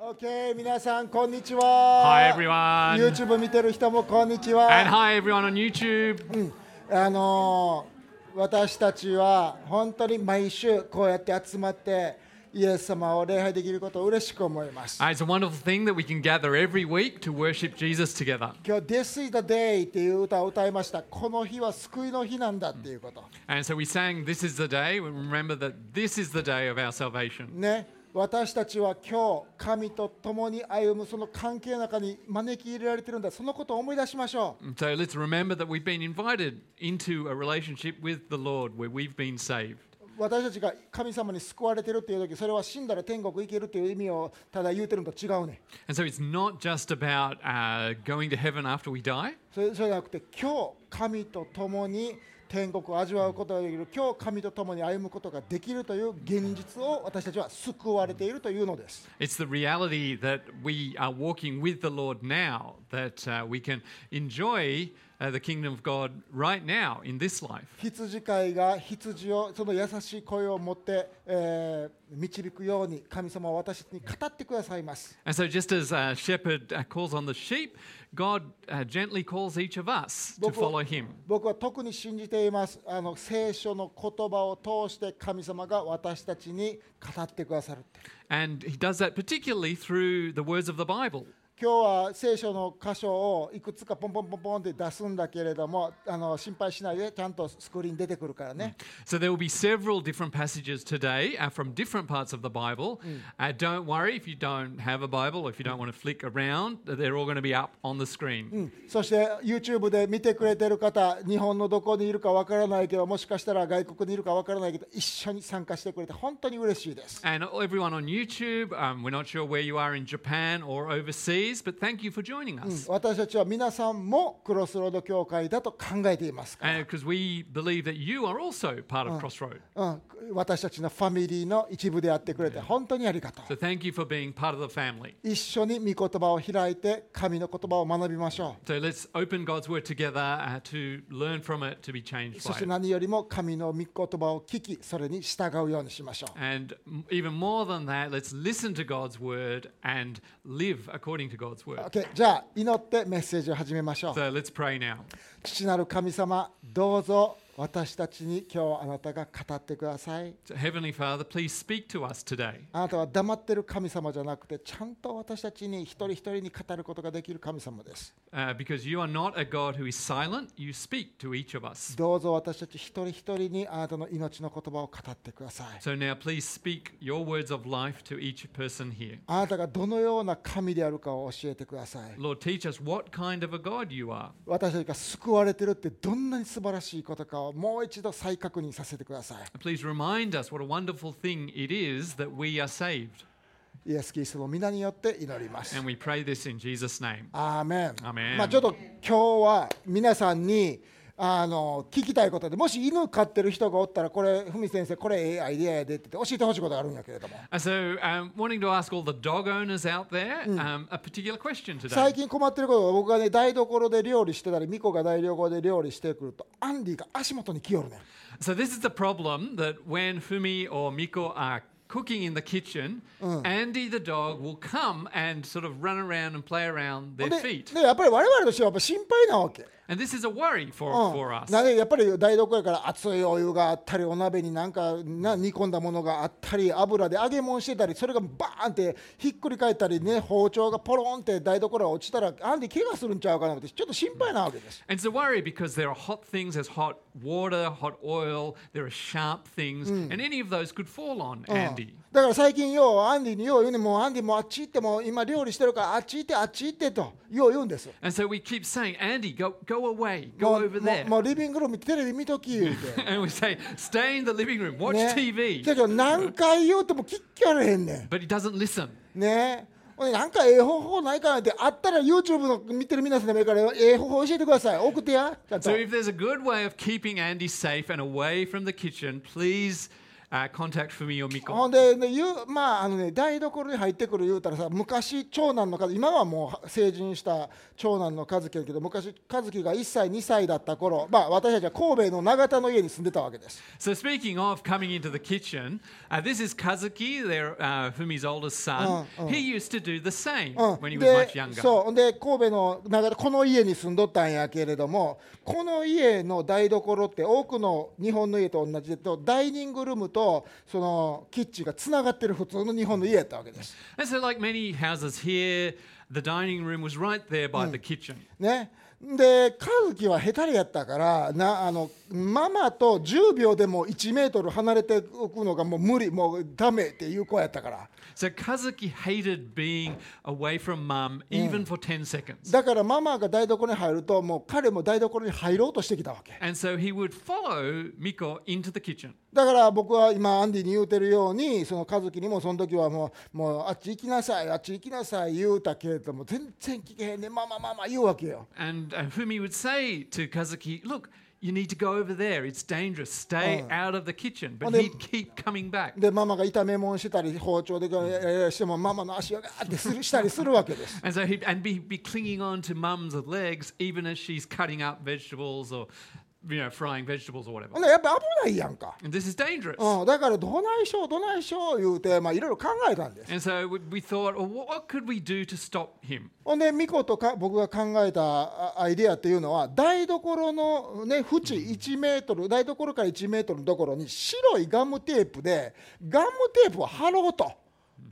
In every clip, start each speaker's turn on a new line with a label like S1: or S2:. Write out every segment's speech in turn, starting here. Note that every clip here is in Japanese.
S1: Okay, 皆さんこんにち
S2: Hi
S1: は。
S2: everyone.
S1: YouTube 見てる人もこんにちは。
S2: And hi everyone on YouTube.
S1: あのー私たちは本当に毎週こうやって集まってイエス様を礼拝できることを嬉しく思います。
S2: Uh, It's a wonderful thing that we can gather every week to worship Jesus together.
S1: 今日 This is the day っていう歌を歌いました。この日は救いの日なんだっていうこと。
S2: And so we sang, This is the day. We Remember that this is the day of our salvation.
S1: ね。私たちは今日神と共に歩むその関係の中に招き入れられてるんだそのことを思い出しましょう
S2: And so let's remember that we've been invited into a relationship with the Lord where we've been saved.
S1: 私たちが神様に救われてるっていう時それは死んだら天国行けるっていう意味をただ言うてるのと違うね
S2: And so it's not just about uh, going to heaven after we die,
S1: それそれじゃなくて今日神と共に天国を味わうことができる今日神と共に歩むことができるという現実を私たちは救われているというのです
S2: it's the reality that we are walking with the Lord now, that uh, we can enjoy uh, the kingdom of God right now in this life.
S1: 羊飼いが羊をその優しい声を持って、えー導くように神様は私たちに語ってくださいます
S2: And so, just as a shepherd uh, calls on the sheep, God uh, gently calls each of us to
S1: Boku-
S2: follow him.
S1: 僕は特に信じていますあの聖書の言葉を通して神様が私たちに語ってくださるって
S2: And he does that particularly through the words of the Bible.
S1: 今日は聖書の箇所をいくつかポンポンポンポンって出すんだけれどもあの心配しないでちゃんとスクリーン出てくるからね、
S2: So, there will be several different passages today uh, from different parts of the Bible. Uh, don't worry if you don't have a Bible, if you don't want to flick around, they're all going to be up on the screen.
S1: そして YouTube で見てくれてる方日本のどこにいるかわからないけどもしかしたら外国にいるかわからないけど一緒に参加してくれて本当に嬉しいです
S2: And everyone on YouTube, um, we're not sure where you are in Japan or overseas, but thank you for joining us.
S1: 私たちは皆さんもクロスロード教会だと考えていますから、
S2: Because Uh, we believe that you are also part of Crossroad.
S1: うん、私たちのファミリーの一部であってくれて本当にありがと
S2: So
S1: う
S2: thank you for being part of the family.
S1: 一緒に御言葉を開いて神の言葉を学びましょう
S2: So let's open God's word together uh, to learn from it, to be changed
S1: そ
S2: by
S1: して
S2: it.
S1: 何よりも神の御言葉を聞き、それに従うようにしましょ
S2: And m- even more than that, let's listen to God's word and live according to God's
S1: う。
S2: word.
S1: OK、じゃあ祈ってメッセージを始めましょう。
S2: So let's pray now.
S1: 父なる神様、どうぞ私たちに今日あなたが語ってください。
S2: So Heavenly Father, please speak to us today.
S1: あなたは黙ってる神様じゃなくて、ちゃんと私たちに一人一人に語ることができる神様です。
S2: Uh, because you are not a God who is silent, you speak to each of us.
S1: どうぞ私たち一人一人にあなたの命の言葉を語ってください。
S2: So now please speak your words of life to each person here.
S1: あなたがどのような神であるかを教えてください。
S2: Lord, teach us what kind of a God you are.
S1: 私たちが救われてるってどんなに素晴らしいことかをもう一度再確認させてください。
S2: And please remind us what a wonderful thing it is that we are saved.
S1: イエス・キリストの皆によって祈ります。
S2: And we pray this in Jesus' name.
S1: アーメン。
S2: アーメン
S1: まあ、ちょっと今日は皆さんにあの聞きたいことで、もし犬飼ってる人がおったら、これ、ふみ先生、これええアイデアやでって言って教えてほしいことがあるんやけれども、
S2: And so, um, wanting to ask all the dog owners out there um, a particular question
S1: 最
S2: today.
S1: 近困ってることが僕がね、台所で料理してたり、ミコが台所で料理してくると、アンディが足元に来よるねん。
S2: So, this is the problem that when Fumi or Miko are cooking in the kitchen, Andy the dog will come and sort of run around and play around
S1: ほ
S2: their
S1: んで、
S2: feet.
S1: でやっぱり我々としてはやっぱ心配なわけ。
S2: And this is a worry for,
S1: うん
S2: for us.
S1: なんでやっぱり台所やから熱いお湯があったりお鍋になんかな煮込んだものがあったり油で揚げ物してたりそれがバーンってひっくり返ったりね包丁がポロンって台所が落ちたらあんで怪我するんちゃうかなってちょっと心配なわけです。
S2: And it's a worry because there are hot things, there's hot water, hot oil, there are sharp things, and any of those could fall on
S1: うん
S2: Andy.
S1: だから最近ようアンディによう言うねもうアンディもうあっち行ってもう今料理してるからあっち行ってあっち行ってとよう言うんです。
S2: And so we keep saying, Andy, go, go away,
S1: も
S2: go
S1: う
S2: over
S1: も
S2: there.
S1: うもうリビングルームテレビ見とき言うて。
S2: and we say, stay in the living room, watch
S1: ね、だけ
S2: TV.
S1: ど何回言うても聞きやれへんねん。
S2: But he doesn't listen.
S1: ねほんでなんかええ方法ないかなってあったら YouTube の見てる皆さんでもいいからええ方法教えてください送ってやちゃんと
S2: So if there's a good way of keeping Andy safe and away from the kitchen, please uh, contact Fumio Miko.
S1: ほんで、ねゆまああのね、台所に入ってくる言うたらさ昔長男の和今はもう成人した長男の和樹やけど昔和樹が1歳2歳だった頃、まあ、私たちは神戸の永田の家に住んでたわけです
S2: So speaking of coming into the kitchen, uh, this is Kazuki, their uh, Fumi's oldest son. He used to do the
S1: う
S2: same
S1: ん
S2: when he was
S1: で
S2: much younger.
S1: そうほんで神戸の長田この家に住んどったんやけれどもこの家の台所って多くの日本の家と同じでとダイニングルームとそのキッチンがつながってる普通の日本の家やったわけです。
S2: And so, like many houses here, the dining room was right there by the kitchen.
S1: ね、で和樹は下手やったからなあのママと10秒でも1メートル離れておくのがもう無理もうダメっていう子やったから
S2: So Kazuki hated being away from mum even for 10 seconds.
S1: だからママが台所に入るともう彼も台所に入ろうとしてきたわけ
S2: And so he would follow Miko into the kitchen.
S1: だから僕は今アンディに言うてるようにその和樹にもその時はもうもうあっち行きなさいあっち行きなさい言うたけれども全然聞けへんねママママ言うわけよ
S2: And, and Fumi would say to Kazuki, Look, you need to go over there. It's dangerous. Stay out of the kitchen. But
S1: Well,
S2: he'd keep coming back.
S1: でママが痛めもんしてたり包丁でガーガーガーしてもママの足をガーってするしたりするわけです
S2: And so he'd and be, be clinging on to mum's legs even as she's cutting up vegetables or, you know, frying vegetables
S1: ほ
S2: or whatever.
S1: んでやっぱ危ないやんか
S2: And this is dangerous.
S1: うん、だからどないしょうどないしょう言うて、まあ、いろいろ考えたんです。
S2: And so we- we thought, well, what what could we do to stop him?
S1: ほんでミコとか僕が考えたあアイデアっていうのは台所の、ね、縁1メートル台所から1メートルのところに白いガムテープでガムテープを貼ろうと。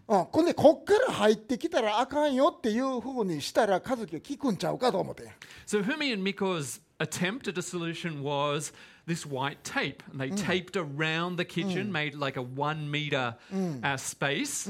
S1: うん、これでこっから入ってきたらあかんよっていうふうにしたら和樹が聞くんちゃうかと思って
S2: So Fumi and Miko's attempt at a solution was this white tape. And they taped around the kitchen, made like a one meter uh, space,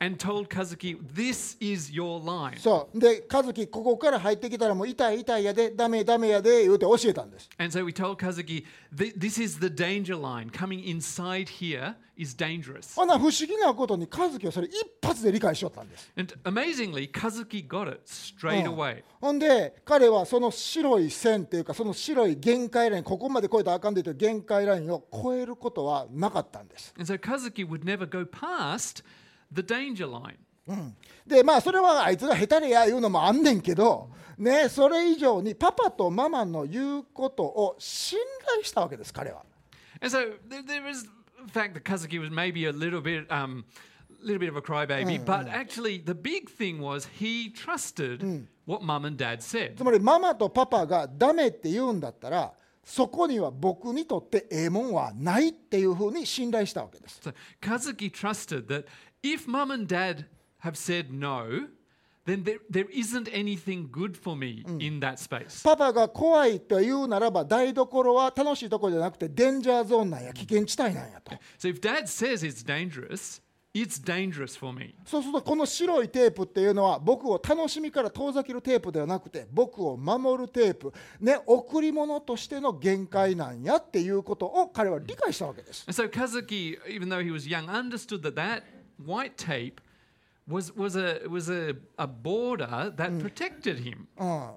S2: and told Kazuki, this is your line.
S1: そうで和樹ここから入ってきたらもう痛い痛いやでダメダメやで言うて教えたんです
S2: and so we told Kazuki, "Th- this is the danger line. Coming inside here is dangerous.
S1: ほな不思議なことに和樹はそれ一発で理解しよったんです
S2: And amazingly, Kazuki got it straight
S1: うん
S2: away.
S1: ほんで彼はその白い線っていうかその白い限界ラインここまで越えたらあかんでという限界ラインを超えることはなかったんです
S2: And so Kazuki would never go past the danger line.
S1: でまあそれはあいつが下手れやいうのもあんねんけどねそれ以上にパパとママの言うことを信頼したわけです彼は
S2: And so there, there is the fact that Kazuki was maybe a little bit, um, little bit of a crybaby, but actually the big thing was he trusted what mum and dad said.
S1: つまりママとパパがダメって言うんだったらそこには僕にとってええもんはないっていうふうに信頼したわけです
S2: So Kazuki trusted that if mum and dad have said no, then there, there isn't anything good for me in that space.
S1: パパが怖いと言うならば台所は楽しいところじゃなくてデンジャーゾーンなんや危険地帯なんやと
S2: So if dad says it's dangerous, it's dangerous for me.
S1: そうするとこの白いテープっていうのは僕を楽しみから遠ざけるテープではなくて僕を守るテープね贈り物としての限界なんやっていうことを彼は理解したわけです。
S2: And so Kazuki, even though he was young, understood that that white tape was was a was a, a border that protected him.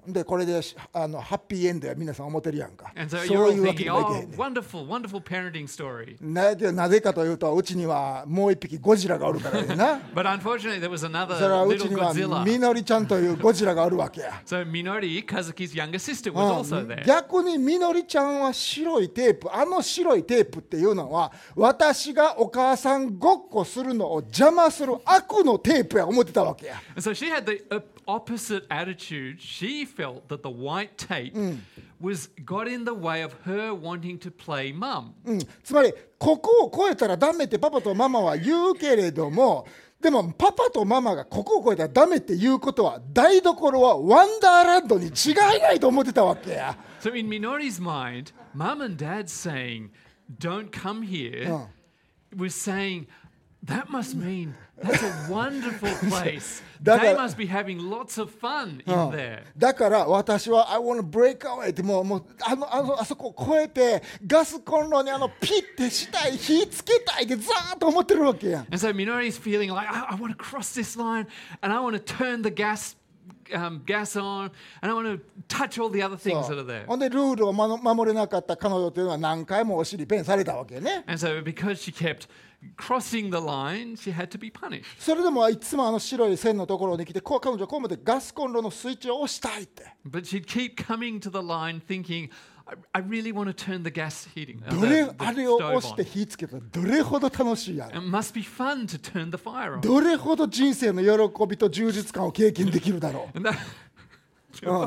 S1: うん、でこれでしあのハッピーエンドや皆さん思ってるやんか
S2: And so
S1: そ
S2: you're
S1: う
S2: all
S1: いうわけ
S2: thinking,
S1: にはいけ
S2: oh,
S1: へんね
S2: wonderful, wonderful parenting story.
S1: なけどなぜかというとうちにはもう一匹ゴジラがおるからや な
S2: But unfortunately, there was
S1: それ
S2: another
S1: はうち
S2: little
S1: には
S2: Godzilla.
S1: みのりちゃんというゴジラがおるわけや。
S2: So Minori, Kazuki's younger sister,
S1: Oh,
S2: was also there.
S1: 逆にみのりちゃんは白いテープあの白いテープっていうのは私がお母さんごっこするのを邪魔する悪のテープや思ってたわけや
S2: And so she had the op- opposite attitude. She felt that the white tape was got in the way of her wanting to play mum.
S1: うん、つまりここを超えたらダメってパパとママは言うけれどもでもパパとママがここを超えたらダメっていうことは台所はワンダーランドに違いないと思ってたわけや
S2: So in Minori's mind, mum and dad saying, "Don't come here,"
S1: Oh.
S2: was saying. That must mean that's a wonderful place.
S1: That- Oh.
S2: they must be having lots of fun in there.
S1: だから私は I wanna break away ってもうもうあのあのあそこを越えてガスコンロにあのピッてしたい火つけたいってザーッと思ってるわけやん
S2: And so Minori's feeling like, I, I want to cross this line and I want to turn the gas um, gas on, and I want to touch all the other things
S1: Oh.
S2: that are there.
S1: ほんでルールをまの守れなかった彼女というのは何回もお尻ペンされたわけね
S2: And so, because she kept crossing the line, she had to be punished.
S1: それでもいつもあの白い線のところに来てこう彼女はこう思ってガスコンロのスイッチを押したいって
S2: But she'd keep coming to the line thinking, I, I really want to turn the gas heating. uh,
S1: どれ
S2: the- the
S1: あれを
S2: stove
S1: 押して
S2: on.
S1: 火つけたらどれほど楽しいやろ
S2: It must be fun to turn the fire on.
S1: どれほど人生の喜びと充実感を経験できるだろ
S2: And that
S1: う、うん、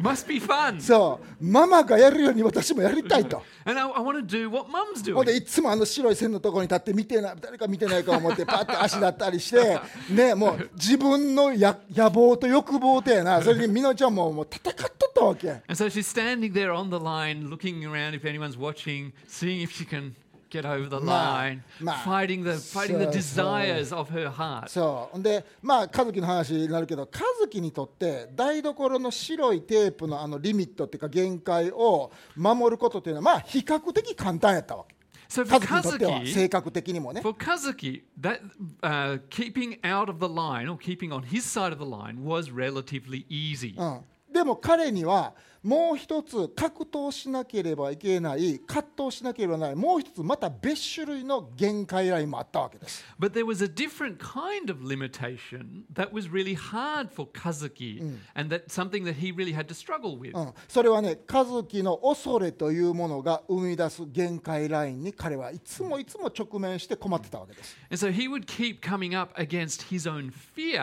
S2: must be fun.
S1: そうママがやるように私もやりたいと
S2: And I, I want to do what mum's
S1: ほん
S2: doing.
S1: でいつもあの白い線のところに立って見てない誰か見てないか思 ってパッと足だったりしてねもう自分のや野望と欲望とやなそれにみのりちゃんももう戦っとったわけ
S2: And so she's standing there on the line, looking around if anyone's watching, seeing if she can get over the line,
S1: nah.
S2: fighting the fighting the
S1: So- so-
S2: desires of her heart.
S1: そうほんでまあ和樹の話になるけど和樹にとって台所の白いテープのあのリミットっていうか限界を守ることっていうのはまあ比較的簡単やったわけ
S2: So for
S1: 和樹にとっては
S2: Kazuki,
S1: 性格的にもね
S2: for Kazuki, that uh, keeping out of the line or keeping on his side of the line was relatively
S1: Oh,
S2: easy.
S1: うん、でも彼にはもう一つ格闘しなければいけない葛藤しなければならないもう一つまた別種類の限界ラインもあったわけです
S2: But there was a different kind of limitation that was really hard for Kazuki, and that something that he really had to struggle with.
S1: うん、それはね和樹の恐れというものが生み出す限界ラインに彼はいつもいつも直面して困ってたわけです
S2: And so he would keep coming up against his own fear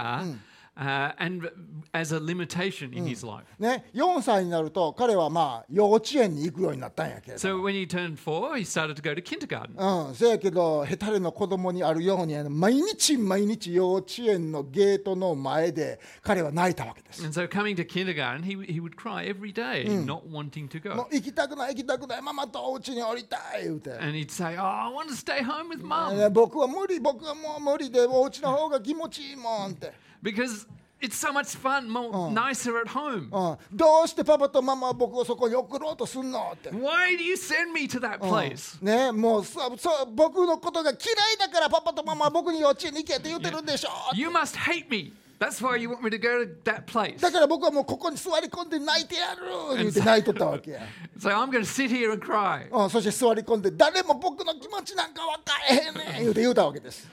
S2: uh, and as a limitation in his life.
S1: ね、4歳になると彼はまあ幼稚園に行くようになったんやけれど
S2: So when he turned four, he started to go to kindergarten.
S1: うん、せやけどへたれの子供にあるようにあの毎日毎日幼稚園のゲートの前で彼は泣いたわけです
S2: And so coming to kindergarten, he, he would cry every day, not wanting to go.
S1: もう行きたくない行きたくないママとお家に降りたい言うて、
S2: And he'd say, Oh, I want to stay home with mum
S1: ね僕は無理僕はもう無理でお家の方が気持ちいいもんって、
S2: because it's so much fun, more nicer at home.
S1: うん、どうしてパパとママは僕をそこに送ろうとすんのって、
S2: Why do you send me to that place?
S1: ねもうそそう僕のことが嫌いだからパパとママは僕に幼稚園に行けって言ってるんでしょ
S2: You must hate me. That's why you want me to go to that place.
S1: だから僕はもうここに座り込んで泣いてやる言うて泣いとったわけや、
S2: So I'm going to sit here and cry.
S1: うん、そして座り込んで誰も僕の気持ちなんか分かれへんねん言うて言うたわけです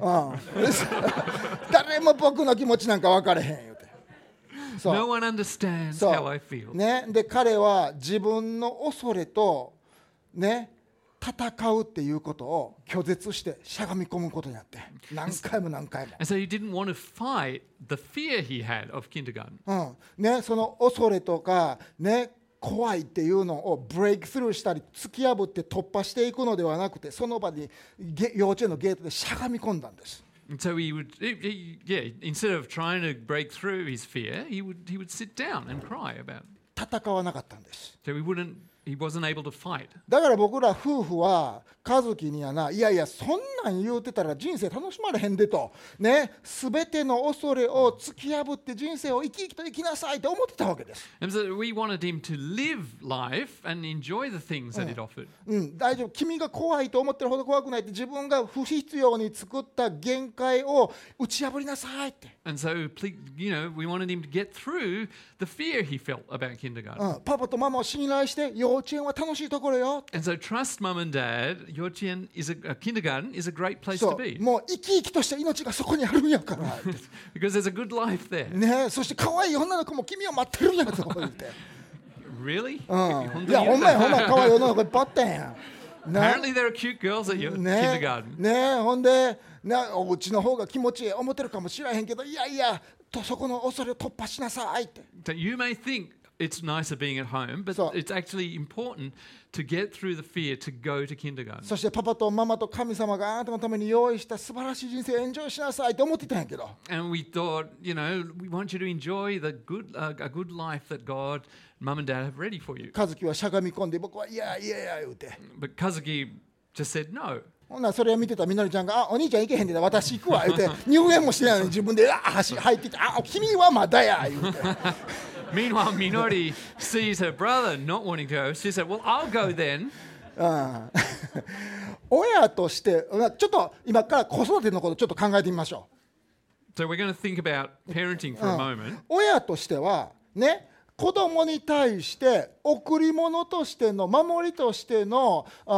S1: うん、誰も僕の気持ちなんか分かれへん言うてそう
S2: No one understands
S1: そう
S2: how I feel.
S1: ね、で彼は自分の恐れとね戦うっていうことを拒絶してしゃがみ込むことになって何回も何回も
S2: And so he didn't want to fight the fear he had of kindergarten.
S1: うんね、その恐れとか、ね、怖いっていうのをブレイクスルーしたり突き破って突破していくのではなくてその場にゲ幼稚園のゲートでしゃがみ込んだんです。
S2: And so he would, he, he- yeah, instead of trying to break through his fear, he would, he would sit down and cry about it.
S1: 戦わなかったんです。
S2: So he wouldn't, he wasn't able to fight.
S1: だから僕ら夫婦は和樹にはないやいやそんなん言うてたら人生楽しまれへんでとね全ての恐れを突き破って人生を生き生きと生きなさいと思ってたわけです、
S2: And so we wanted him to live life and enjoy the things that it offered.
S1: うん、大丈夫君が怖いと思ってるほど怖くないって自分が不必要に作った限界を打ち破りなさいって、
S2: And so, ple- you know, we wanted him to get through the fear he felt about kindergarten.
S1: うん、パパとママを信頼して幼稚園は楽しいところよ
S2: And so, trust mum and dad. Yochien is a, a kindergarten is a great place to
S1: そう
S2: be
S1: もう生き生きとした命がそこにあるんやから
S2: because there's a good life there.
S1: ねそして可愛い女の子も君を待ってるんやと言って。
S2: Really?
S1: いや、ほんまや、ほんまや、可愛い女の子いっぱいあったん や。ね
S2: Apparently, there are cute girls at your
S1: ね
S2: kindergarten.
S1: ねほんで、なお家の方が気持ちいい思ってるかもしれへんけど、いやいや、とそこの恐れを突破しなさいって。
S2: So you may think it's nicer being at home, but
S1: So-
S2: it's actually important to get through the fear to go to kindergarten.
S1: そしてパパとママと神様があなたのために用意した素晴らしい人生をエンジョイしなさいって思ってたんやけど、
S2: and we thought, you know, we want you to enjoy the good, uh, a good life that God, mum and dad have ready for you.
S1: 和樹はしゃがみ込んで、僕はいやいやいや言うて。
S2: But Kazuki just said no.
S1: ほんならそれを見てたみのりちゃんが、あお兄ちゃん行けへんでな、私行くわ言うて、入園もしてないのに自分で、あ走入ってきて、あ君はまだや言うて。
S2: Meanwhile, Minori sees her brother not wanting to go. She said, well, I'll go then.
S1: 親としてうんちょっと今から子育てのことちょっと考えてみましょ
S2: So we're going to think about parenting for a moment.
S1: 親としてはね子供に対して贈り物としての守りとしてのあ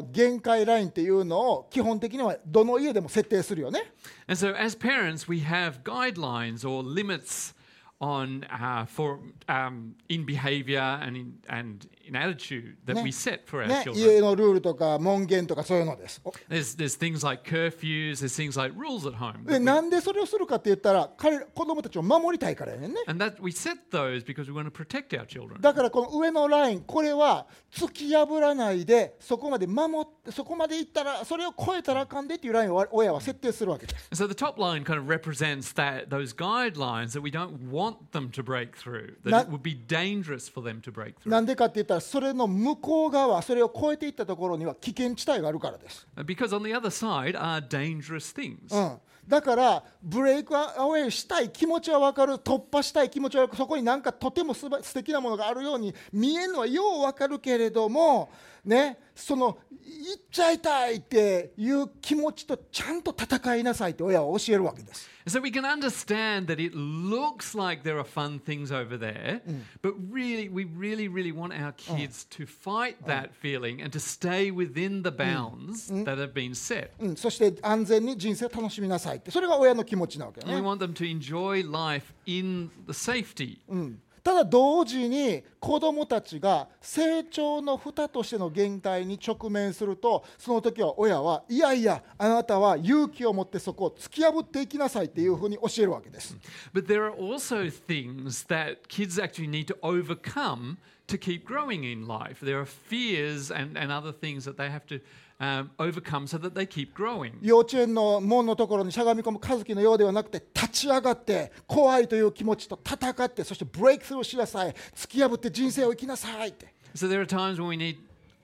S1: ー限界ラインっていうのを基本的にはどの家でも設定するよね。
S2: And so, as parents, we have guidelines or limits on uh, for um, in behavior and in, and in attitude that we set for our
S1: ね、
S2: children.
S1: 家のルールとか門限とかそういうのです。お
S2: There's there's things like curfews. There's things like rules at home.
S1: で
S2: that we-
S1: なんでそれをするかって言ったら彼ら子供たちを守りたいからやねんね。
S2: and that we set those because we want to protect our children.
S1: だからこの上のラインこれは突き破らないでそこまで守ってそこまでいったらそれを超えたらあかんでっていうラインを親は設定するわけです。
S2: And so the top line kind of represents that those guidelines that we don't want them to break through. That
S1: Na-
S2: it would be dangerous for them to break through.
S1: なんでかって言ったらそれの向こう側それを超えていったところには危険地帯があるからです。
S2: Because on the other side are dangerous things.
S1: うん、だからブレイクアウェイしたい気持ちは分かる突破したい気持ちは分かるそこになんかとてもすば素敵なものがあるように見えるのはよう分かるけれどもねその行っちゃいたいっていう気持ちとちゃんと戦いなさいって親は教えるわけです。
S2: And So we can understand that it looks like there are fun things over there, but really, we really, really want our kids to fight that feeling and to stay within the bounds that have been set.
S1: うん、そして安全に人生を楽しみなさいってそれが親の気持ちなわけよ
S2: And we
S1: ね、
S2: want them to enjoy life in the safety.
S1: うんただ同時に子どもたちが成長の蓋としての限界に直面するとその時は親はいやいやあなたは勇気を持ってそこを突き破っていきなさいっていうふうに教えるわけです、
S2: But there are also things that kids actually need to overcome to keep growing in life. There are fears and, and other things that they have to um, overcome so that they keep growing.
S1: 幼稚園の門のところにしゃがみ込む和樹のようではなくて立ち上がって怖いという気持ちと戦ってそしてブレイクスルーしなさい突き破って人生を生きなさいって
S2: So there are times when we need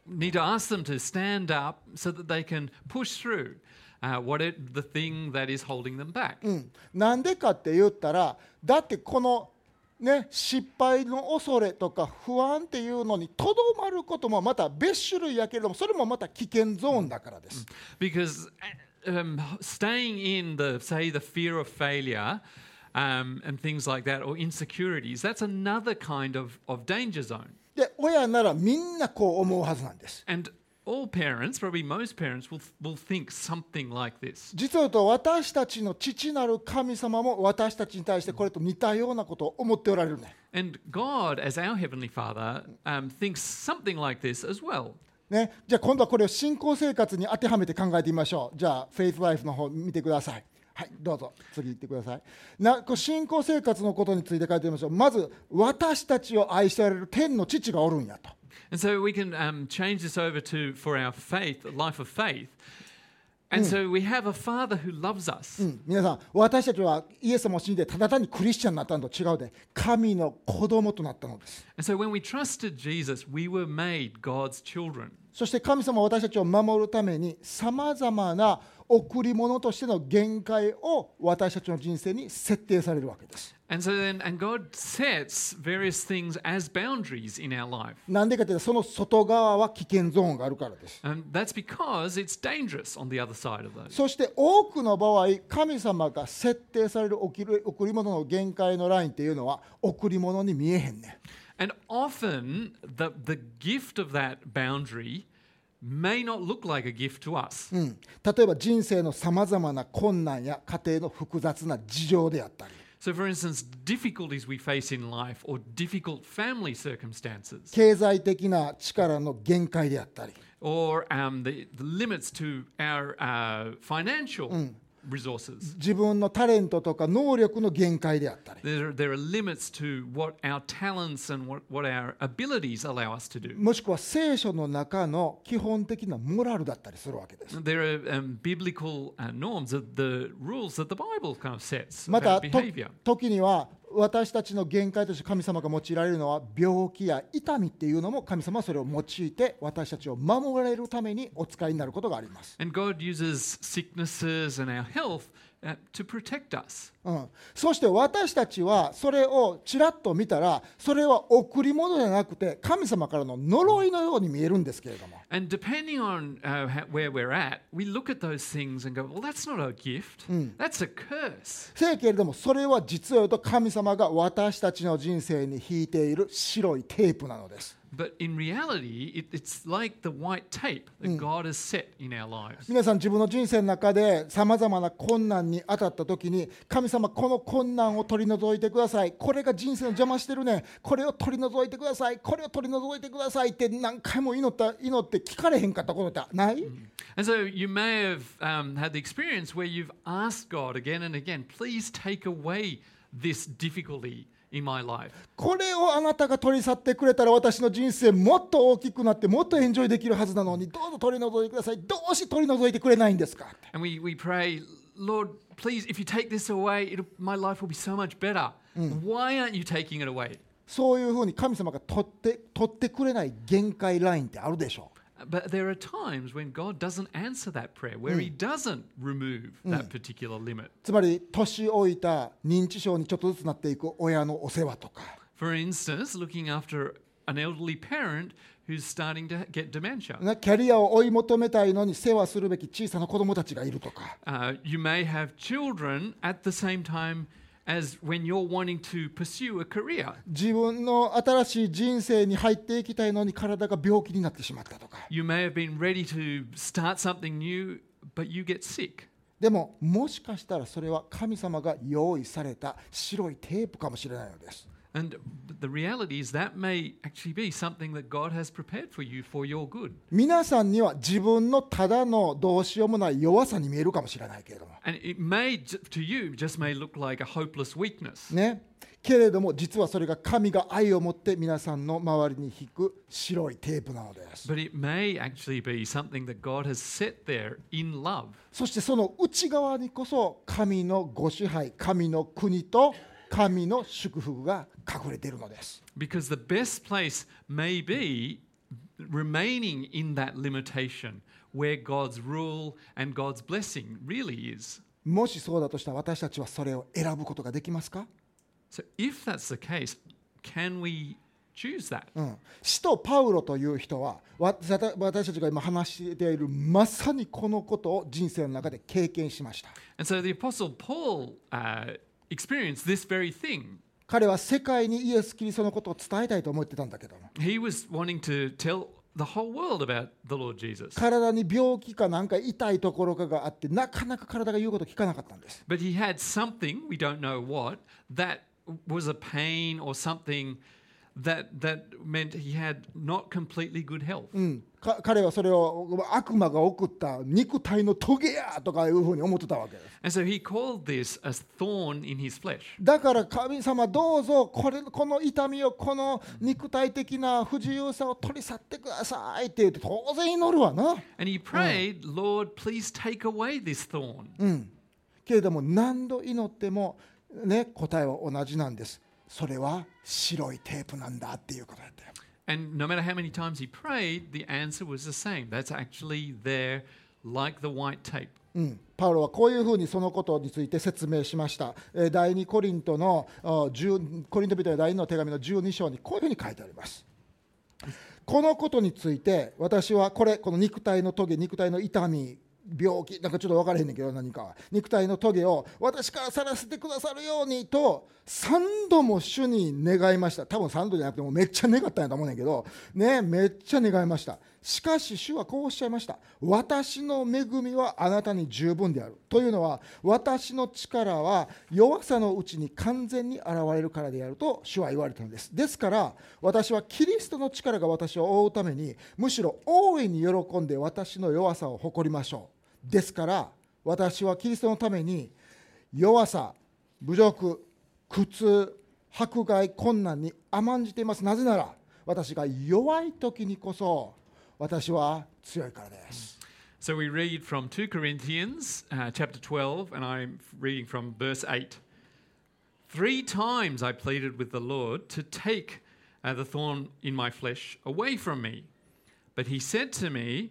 S2: need to ask them to stand up so that they can push through uh, what it, the thing that is holding them back.
S1: Mm. なんでかって言ったらだってこの、ね、失敗の恐れとか不安っていうのにとどまることもまた別種類やけれどもそれもまた危険ゾーンだからです。
S2: Because uh, um, staying in the say the fear of failure um, and things like that or insecurities, that's another kind of, of danger zone.
S1: で親ならみんなこう思うはずなんです。
S2: And all parents, probably most parents, will will think something like this.
S1: 実を言うと私たちの父なる神様も私たちに対してこれと似たようなことを思っておられるね。
S2: And God, as our heavenly Father, um, thinks something like this as well.
S1: ね、じゃあ今度はこれを信仰生活に当てはめて考えてみましょうじゃあフェイスライフの方見てくださいはいどうぞ次行ってくださいなこう信仰生活のことについて書いてみましょうまず私たちを愛しておられる天の父がおるんやと
S2: And so we can um, change this over to for our faith, life of faith. And so we have a father who loves us.
S1: うん皆さん私たちはイエス様を信じてただ単にクリスチャンになったのと違うで神の子供となったのです
S2: And so when we trusted Jesus, we were made God's children.
S1: そして神様は私たちを守るためにさまざまな贈り物としての限界を私たちの人生に設定されるわけです
S2: And so then, and God sets various things as boundaries in our life.
S1: なんでかというとその外側は危険ゾーンがあるからです。
S2: And that's because it's dangerous on the other side of those.
S1: そして多くの場合神様が設定される贈り贈り物の限界のラインっていうのは贈り物に見えへんねん。
S2: And often the, the gift of that boundary may not look like a gift to us.
S1: うん、例えば人生のさまざまな困難や家庭の複雑な事情であったり
S2: So, for instance, difficulties we face in life or difficult family circumstances.
S1: 経済的な力の限界であったり
S2: or um, the, the limits to our uh, financial resources.
S1: 自分のタレントとか能力の限界であったり
S2: There are, there are limits to what our talents and what, what our abilities allow us to do.
S1: もしくは聖書の中の基本的なモラルだったりするわけです。
S2: There are um, biblical uh, norms, of the rules that the Bible kind of sets
S1: また
S2: about
S1: と
S2: behavior.
S1: 時には私たちの限界として神様が用いられるのは病気や痛みっていうのも神様はそれを用いて私たちを守られるためにお使いになることがあります
S2: And God uses sicknesses and our health uh, to protect us.
S1: うん、そして私たちはそれをちらっと見たらそれは贈り物じゃなくて神様からの呪いのように見えるんですけれども
S2: And depending on uh, ho- where we're at, we look at those things and go, well, that's not a gift, that's a curse.
S1: せやけれどもそれは実を言うと神様が私たちの人生に引いている白いテープなのです
S2: But in reality, it, it's like the white tape that God has set in our lives.
S1: 皆さん自分の人生の中でさまざまな困難に当たった時に神様この困難を取り除いてくださいこれが人生の邪魔してるねこれを取り除いてくださいこれを取り除いてくださいって何回も祈った祈って聞かれへんかったことってない、
S2: And so you may have um, had the experience where you've asked God again and again, please take away this difficulty in my life.
S1: これをあなたが取り去ってくれたら私の人生もっと大きくなってもっとエンジョイできるはずなのにどうぞ取り除いてくださいどうして取り除いてくれないんですかって
S2: And we, we pray, Lord, please, if you take this away, it'll, my life will be so much better. Why aren't you taking it away?
S1: そういうふうに神様が取って取ってくれない限界ラインってあるでしょう
S2: But there are times when God doesn't answer that prayer, where He doesn't remove that particular limit.
S1: つまり年老いた認知症にちょっとずつなっていく親のお世話とか
S2: For instance, looking after an elderly parent who's starting to get dementia.
S1: なキャリアを追い求めたいのに世話するべき小さな子供たちがいるとか
S2: Uh, you may have children at the same time as when you're wanting to pursue a career.
S1: 自分の新しい人生に入っていきたいのに体が病気になってしまったとか
S2: You may have been ready to start something new, but you get sick.
S1: でももしかしたらそれは神様が用意された白いテープかもしれないのです
S2: And but the reality is that may actually be something that God has prepared for you for your good.
S1: 皆さんには自分のただのどうしようもない弱さに見えるかもしれないけれども
S2: And it may, j- to you, just may look like a hopeless weakness.
S1: ねけれども実はそれが神が愛を持って皆さんの周りに引く白いテープなのです
S2: But it may actually be something that God has set there in love.
S1: そしてその内側にこそ神のご支配、神の国と神の祝福が隠れているのです。
S2: Because the best place may be remaining in that limitation where God's rule and God's blessing really is.
S1: もしそうだとしたら私たちはそれを選ぶことができますか、
S2: So if that's the case, can we choose that?
S1: うん、使徒パウロという人はわざた私たちが今話しているまさにこのことを人生の中で経験しました。
S2: And so the Apostle Paul uh, experienced this very thing.
S1: 彼は世界にイエス・キリストのことを伝えたいと思ってたんだけども
S2: He was wanting to tell the whole world about the Lord Jesus.
S1: 体に病気かなんか痛いところかがあってなかなか体が言うこと聞かなかったんです。
S2: But he had something, we don't know what, that was a pain or something that that meant he had not completely good health.
S1: うんか彼はそれを悪魔が送った肉体のトゲやとかいうふうに思ってたわけです
S2: And so he called this a thorn in his flesh.
S1: だから神様どうぞこれこの痛みをこの肉体的な不自由さを取り去ってくださいって言って当然祈るわな
S2: And he prayed, Lord, please take away this thorn.
S1: けれども何度祈ってもね答えは同じなんですそれは白いテープなんだっていうことだったよ
S2: And no matter how many times he prayed, the answer was the same. That's actually there like the white tape.
S1: うん、パウロはこういうふうにそのことについて説明しました。えー第2コリントのあ10コリント人への第2の手紙の12章にこういうふうに書いてあります。このことについて私はこれこの肉体のトゲ肉体の痛み病気なんかちょっと分からへんねんけど何かは肉体のトゲを私から去らせてくださるようにと3度も主に願いました多分3度じゃなくてもうめっちゃ願ったんやと思うねんけどねめっちゃ願いましたしかし主はこうおっしゃいました私の恵みはあなたに十分であるというのは私の力は弱さのうちに完全に現れるからであると主は言われたのですですから私はキリストの力が私を覆うためにむしろ大いに喜んで私の弱さを誇りましょうですから私はキリストのために弱さ侮辱苦痛迫害困難に甘んじていますなぜなら私が弱い時にこそ私は強いからです、
S2: So we read from 2 Corinthians uh, chapter 12, and I'm reading from verse 8. Three times I pleaded with the Lord to take uh, the thorn in my flesh away from me. But he said to me,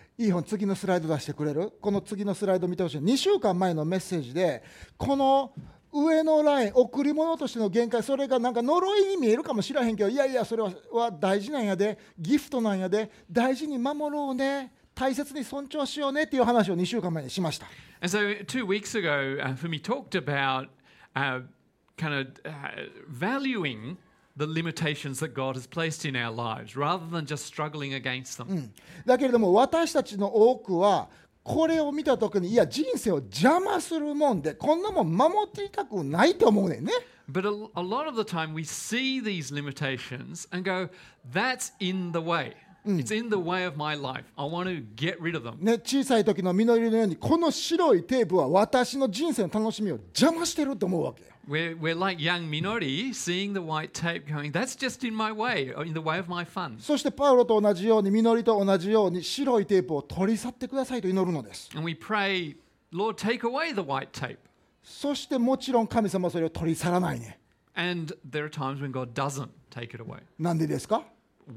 S1: いい本次のスライド出してくれるこの次のスライド見てほしい2週間前のメッセージでこの上のライン贈り物としての限界それがなんか呪いに見えるかもしれへんけどいやいやそれはは大事なんやでギフトなんやで大事に守ろうね大切に尊重しようねっていう話を2週間前にしました
S2: And so two weeks ago, uh, Fumi talked about uh, kind of uh, valuing the limitations that God has placed in our lives rather than just struggling against them.
S1: だけれども私たちの多くはこれを見た時にいや人生を邪魔するもんでこんなもん守っていたくないと思うねんね
S2: But a, a lot of the time, we see these limitations and go, that's in the way. It's in the way of my life. I want to get rid of them.
S1: ね、小さい時の実りのようにこの白いテープは私の人生の楽しみを邪魔してると思うわけよ
S2: We're, we're like young Minori seeing the white tape going, that's just in my way, or in the way of my fun.
S1: そしてパウロと同じように実りと同じように白いテープを取り去ってくださいと祈るのです
S2: And we pray, Lord, take away the white tape.
S1: そしてもちろん神様はそれを取り去らないね
S2: And there are times when God doesn't take it away.
S1: なんでですか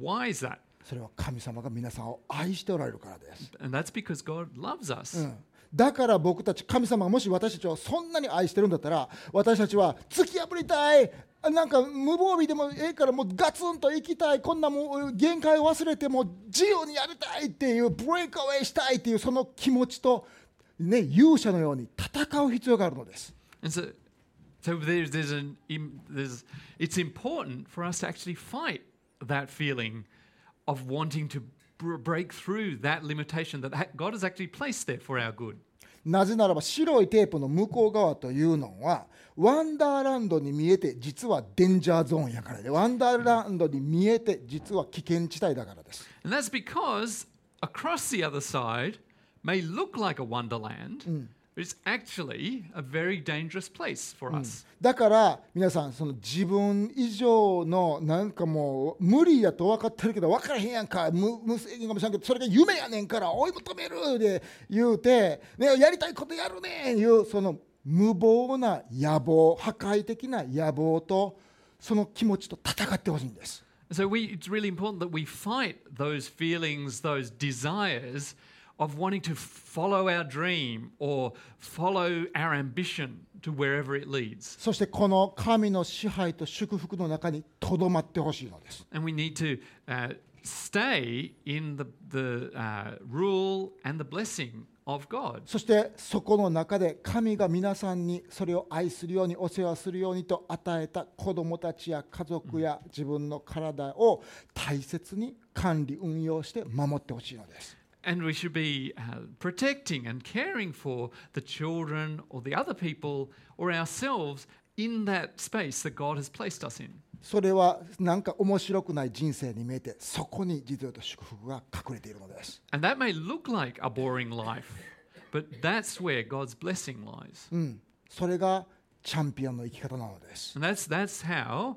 S2: Why is that?
S1: それは神様が皆さんを愛しておられるからです、
S2: And that's because God loves us.
S1: うん、だから僕たち神様がもし私たちをそんなに愛してるんだったら私たちは突き破りたいあなんか無防備でもええからもうガツンと行きたいこんなもう限界を忘れてもう自由にやりたいっていうブレイクアウェイしたいっていうその気持ちと、ね、勇者のように戦う必要があるのです。
S2: And so, so there's, there's an im- there's it's important for us to actually fight that feeling of wanting to br- break through that limitation that ha- God has actually placed there for our good.
S1: なぜならば白いテープの向こう側というのはワンダーランドに見えて実はデンジャーゾーンやからでワンダーランドに見えて実は危険地帯だからです。
S2: And that's because across the other side may look like a wonderland, but it's actually a very dangerous place for us.
S1: だから皆さんその自分以上のなんかもう無理やと分かってるけど分からへんやんか無無責任かもしれんけどそれが夢やねんから追い求めるで言うて、ね、やりたいことやるねんいうその無謀な野望破壊的な野望とその気持ちと戦ってほしいんです。
S2: So we, it's really important that we fight those feelings, those desires of wanting to follow our dream or follow our ambition to wherever it leads.
S1: そしてこの神の支配と祝福の中にとどまってほしいのです。
S2: And we need to uh, stay in the, the uh, rule and the blessing of God.
S1: そしてそこの中で神が皆さんにそれを愛するようにお世話するようにと与えた子供たちや家族や自分の体を大切に管理運用して守ってほしいのです。
S2: And we should be uh, protecting and caring for the children or the other people or ourselves in that space that God has placed us in.
S1: それはなんか面白くない人生に見えてそこに実用と祝福が隠れているのです。
S2: And that may look like a boring life, but that's where God's blessing lies.
S1: うん、それがチャンピオンの生き方なのです。
S2: And that's, that's how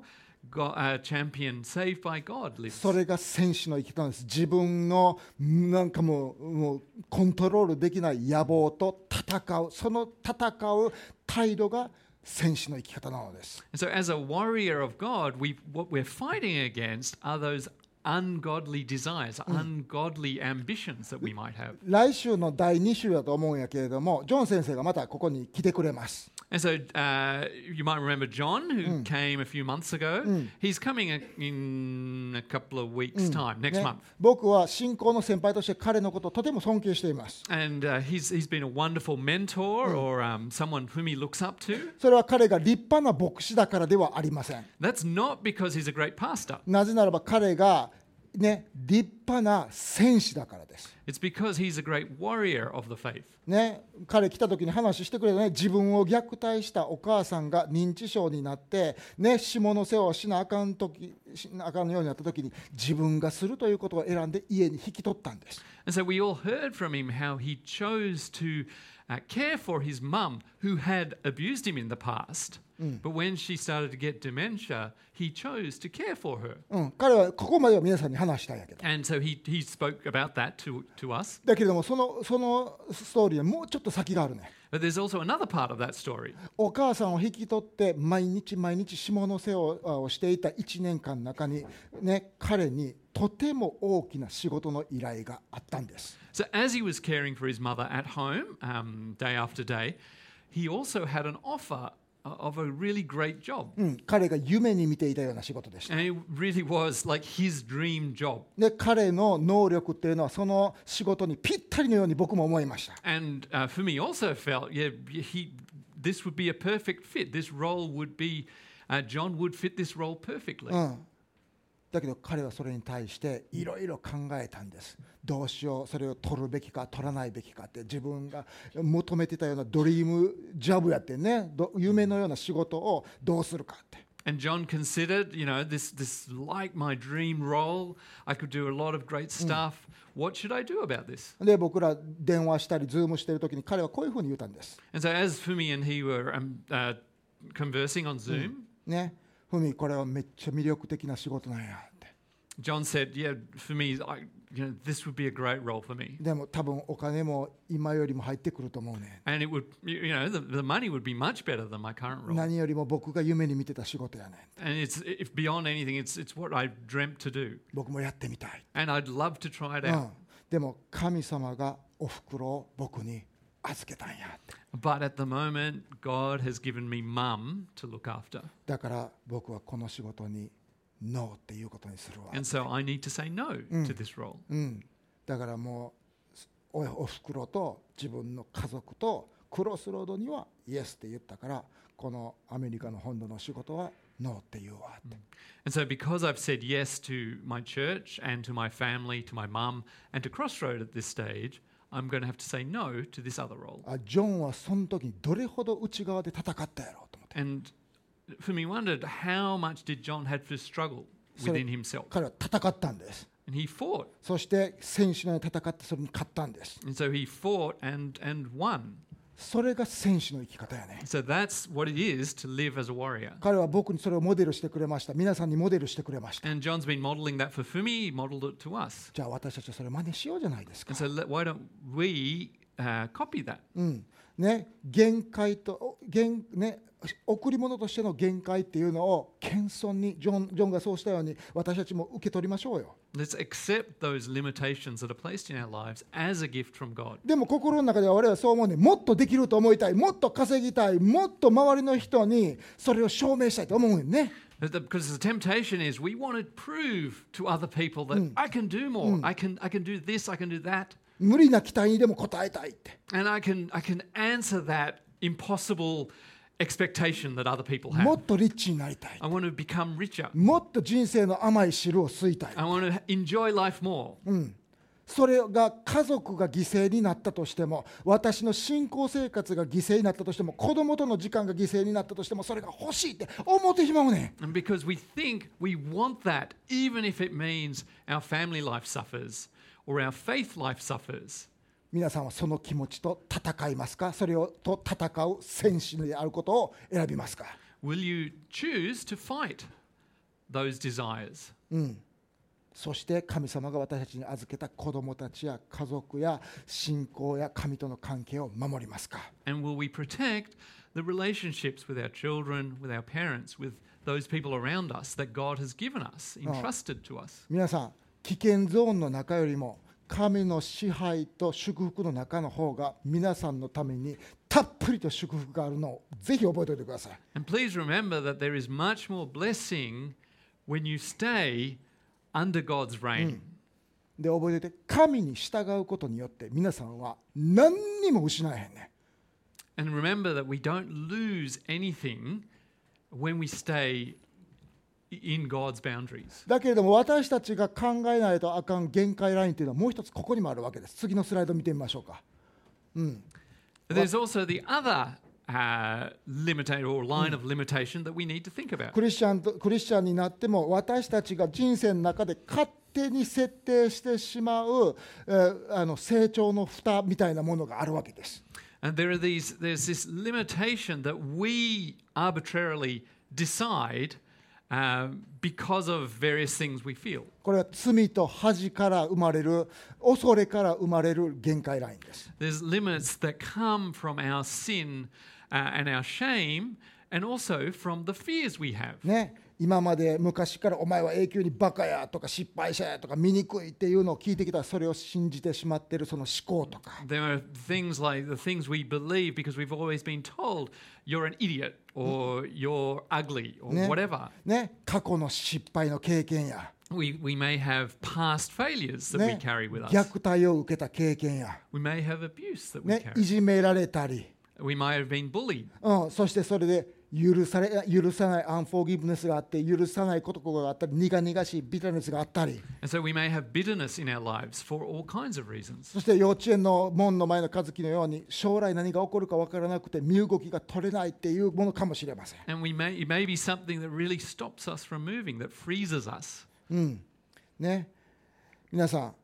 S2: God, uh, champion saved by God lives.
S1: それが戦士の生き方なんです自分のなんかもうもうコントロールできない野望と戦うその戦う態度が戦士の生き方なのです
S2: And so, as a warrior of God, we, what we're fighting against are those ungodly desires, ungodly ambitions that we might have.
S1: 来週の第2週だと思うんやけれどもジョン先生がまたここに来てくれます
S2: And so, uh, you might remember John, who came a few months ago. He's coming a, in a couple of weeks' time, next
S1: ね
S2: month.
S1: 僕は信仰の先輩として彼のことをとても尊敬しています
S2: And uh, he's, he's been a wonderful mentor or um, someone whom he looks up to.
S1: それは彼が立派な牧師だからではありません
S2: That's not because he's a great pastor.
S1: なぜならば彼がね立派な戦士だからです
S2: It's because he's a great warrior of the faith.
S1: ね、彼来た時に話してくれたね自分を虐待したお母さんが認知症になって、ね、下の世話をしなあかん時しなあかんようになった時に自分がするということを選んで家に引き取ったんです
S2: And so we all heard from him how he chose to uh, care for his mum, who had abused him in the past. But when she started to get dementia, he chose to care for her.
S1: うん、彼はここまでは皆さんに話したんやけど
S2: And so he, he spoke about that to, to us.
S1: だけれどもそのそのストーリーはもうちょっと先があるね
S2: But there's also another part of that story.
S1: お母さんを引き取って毎日毎日下の世話をしていた1年間の中に、ね、彼にとても大きな仕事の依頼があったんです。
S2: So as he was caring for his mother at home, um, day after day, he also had an offer o- of a really great job.
S1: うん、彼が夢に見ていたような仕事でした。
S2: And it really was like his dream job.
S1: で彼の能力っていうのはその仕事にぴったりのように僕も思いました。
S2: And uh, for me also felt, yeah, he, this would be a perfect fit. This role would be, uh, John would fit this role perfectly.
S1: うん、だけど彼はそれに対していろいろ考えたんです。どうしよう、それを取るべきか取らないべきかって自分が求めてたようなドリームジャブやってね、ど夢のような仕事をどうするかって。
S2: And John considered, you know, this, this like my dream role. I could do a lot of great stuff. What should I do about this?
S1: で僕ら電話したりズームしてる時に彼はこういうふうに言ったんです。
S2: And so as Fumi and he were um, uh, conversing on Zoom,
S1: ね、ふみこれはめっちゃ魅力的な仕事なんやって。
S2: John said, "Yeah, for me, I, you know, this would be a great role for me,
S1: でも多分お金も今よりも入ってくると思うね
S2: and it would, you you know, the, the money would be much better than my current
S1: ん。
S2: role.
S1: 何よりも僕が夢に見てた仕事やねん。
S2: And it's if beyond anything, it's it's what I dreamt to do,
S1: 僕もやってみたい。
S2: and I'd love to try it
S1: う
S2: out.
S1: ん、でも神様がお袋を僕に預けたんやって。
S2: But at the moment, God has given me Mum to look after,
S1: だから僕はこの仕事にノーっていうことにするわ。
S2: and so I need to say no to this role.
S1: うん、だからもうおおふくろと自分の家族とクロスロードにはイエスって言ったからこのアメリカの本土の仕事はノーって言うわって、
S2: And so, because I've said yes to my church and to my family, to my mum, and to Crossroad at this stage, I'm going to have to say no to this other role.
S1: あジョンはその時にどれほど内側で戦ったやろうと思って
S2: And for me, wondered how much did John have to struggle
S1: So-
S2: within himself,
S1: 彼は戦ったんです
S2: and he fought,
S1: そして選手のように戦ってそれに勝ったんです
S2: and so he fought and and won.
S1: それが選手の生き方やね
S2: So that's what it is to live as a warrior.
S1: 彼は僕にそれをモデルしてくれました皆さんにモデルしてくれました
S2: And John's been modeling that for Fumi, he modeled it to us.
S1: じゃあ私たちはそれを真似しようじゃないですか
S2: And so let, why don't we uh, copy that?
S1: うんね、限界とお限、ね、贈り物としての限界っていうのを謙遜にジョンジョンがそうしたように私たちも受け取りましょうよ
S2: Let's accept those limitations that are placed in our lives as a gift from God.
S1: でも心の中では我々はそう思うねもっとできると思いたいもっと稼ぎたいもっと周りの人にそれを証明したいと思うんよね
S2: But the- Because the temptation is we want to prove to other people that I can do more. I can I can do this. I can do that.
S1: 無理な期待にでも応えたいって
S2: and I can I can answer that impossible expectation that other people have.
S1: もっとリッチになりたい
S2: I want to become richer.
S1: もっと人生の甘い汁を吸いたい
S2: I want to enjoy life more.
S1: それが家族が犠牲になったとしても私の信仰生活が犠牲になったとしても子供との時間が犠牲になったとしてもそれが欲しいって思ってしまうね
S2: And because we think we want that, even if it means our family life suffers or our faith life suffers.
S1: ん皆さんはその気持ちと戦いますかそれをと戦う戦士であることを選びますか
S2: Will you choose to fight those desires?
S1: そして神様が私たちに預けた子供たちや家族や信仰や神との関係を守りますか
S2: And will we protect the relationships with our children, with our parents, with those people around us that God has given us, entrusted to us?
S1: 皆さん危険ゾーンの中よりも神の支配と祝福の中の方が皆さんのためにたっぷりと祝福があるのをぜひ覚えておいてください
S2: And please remember that there is much more blessing when you stay under God's reign.
S1: で覚えておいて神に従うことによって皆さんは何にも失えへんね
S2: And remember that we don't lose anything when we stay i- in God's boundaries.
S1: だけれども私たちが考えないとあかん限界ラインというのはもう一つここにもあるわけです次のスライド見てみましょうか
S2: But there's also the other uh, limitator or line of limitation that we need to think about.
S1: クリスチャンとクリスチャンになっても私たちが人生の中で勝手に設定してしまう、えーあの成長の蓋みたいなものがあるわけです
S2: And there are these, there's this limitation that we arbitrarily decide um, because of various things we feel.
S1: これは罪と恥から生まれる恐れから生まれる限界ラインです
S2: There's limits that come from our sin uh, and our shame, and also from the fears we have.
S1: ね今まで昔からお前は永久にバカやとか失敗者やとか醜いっていうのを聞いてきたそれを信じてしまっているその思考とか
S2: There are things like the things we believe because we've always been told you're an idiot or you're ugly or
S1: Yeah.
S2: whatever.
S1: ね過去の失敗の経験や
S2: We, we may have past failures that we
S1: ね
S2: carry with us.
S1: 虐待を受けた経験や
S2: We may have abuse that we
S1: ね
S2: carry.
S1: いじめられたり
S2: We might have been bullied.
S1: うん、そしてそれで許され許さないアンフォーギブネスがあって許さないことがあったり苦々しいビタネスがあったり
S2: And so we may have bitterness in our lives for all kinds of reasons.
S1: そして幼稚園の門の前の和樹のように将来何が起こるか分からなくて身動きが取れないっていうものかもしれません
S2: And we may, it may be something that really stops us from moving, that freezes us.
S1: ね皆さん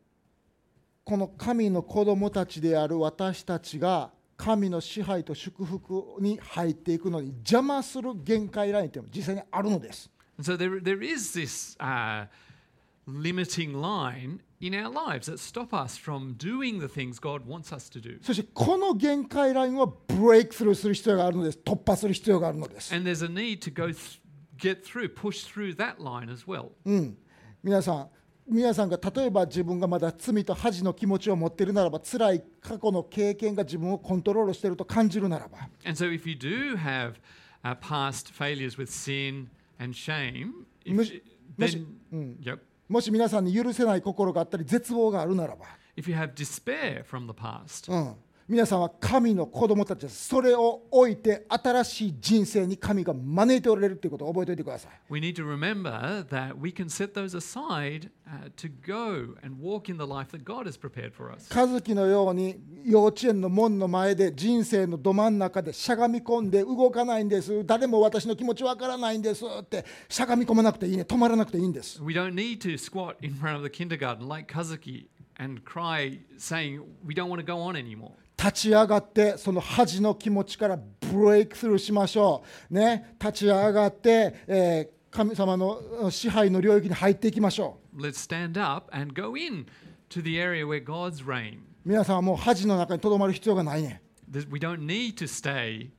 S1: この神の子供たちである私たちが神の支配と祝福に入っていくのに邪魔する限界ラインっていうのは実際にあるのです
S2: And so there, there is this uh, limiting line in our lives that stop us from doing the things God wants us to do.
S1: そしてこの限界ラインをブレイクスルーする必要があるのです突破する必要があるのです
S2: And there's a need to go th- get through, push through that line as well.
S1: 皆さん皆さんが例えば自分がまだ罪と恥の気持ちを持っているならば辛い過去の経験が自分をコントロールしていると感じるならば
S2: And so if you do have uh, past failures with sin and shame, if,
S1: Mush-
S2: then yep.
S1: もし皆さんに許せない心があったり絶望があるならば、
S2: if you have despair from the past,
S1: うん、皆さんは神の子供たちですそれを置いて新しい人生に神が招いておられるということを覚えておいてください
S2: we need to remember that we can set those aside uh, to go and walk in the life that God has prepared for us.
S1: 和樹のように幼稚園の門の前で人生のど真ん中でしゃがみ込んで動かないんです誰も私の気持ちわからないんですってしゃがみ込まなくていいね止まらなくていいんです
S2: We don't need to squat in front of the kindergarten like Kazuki and cry saying, We don't want to go on anymore.
S1: 立ち上がってその恥の気持ちからブレイクスルーしましょう、ね、立ち上がって、えー神様のうん支配の領域に入っていきましょう
S2: Let's stand up and go in to the area where God's reign.
S1: 皆さんはもう恥の中にとどまる必要がないね
S2: There's- We don't need to stay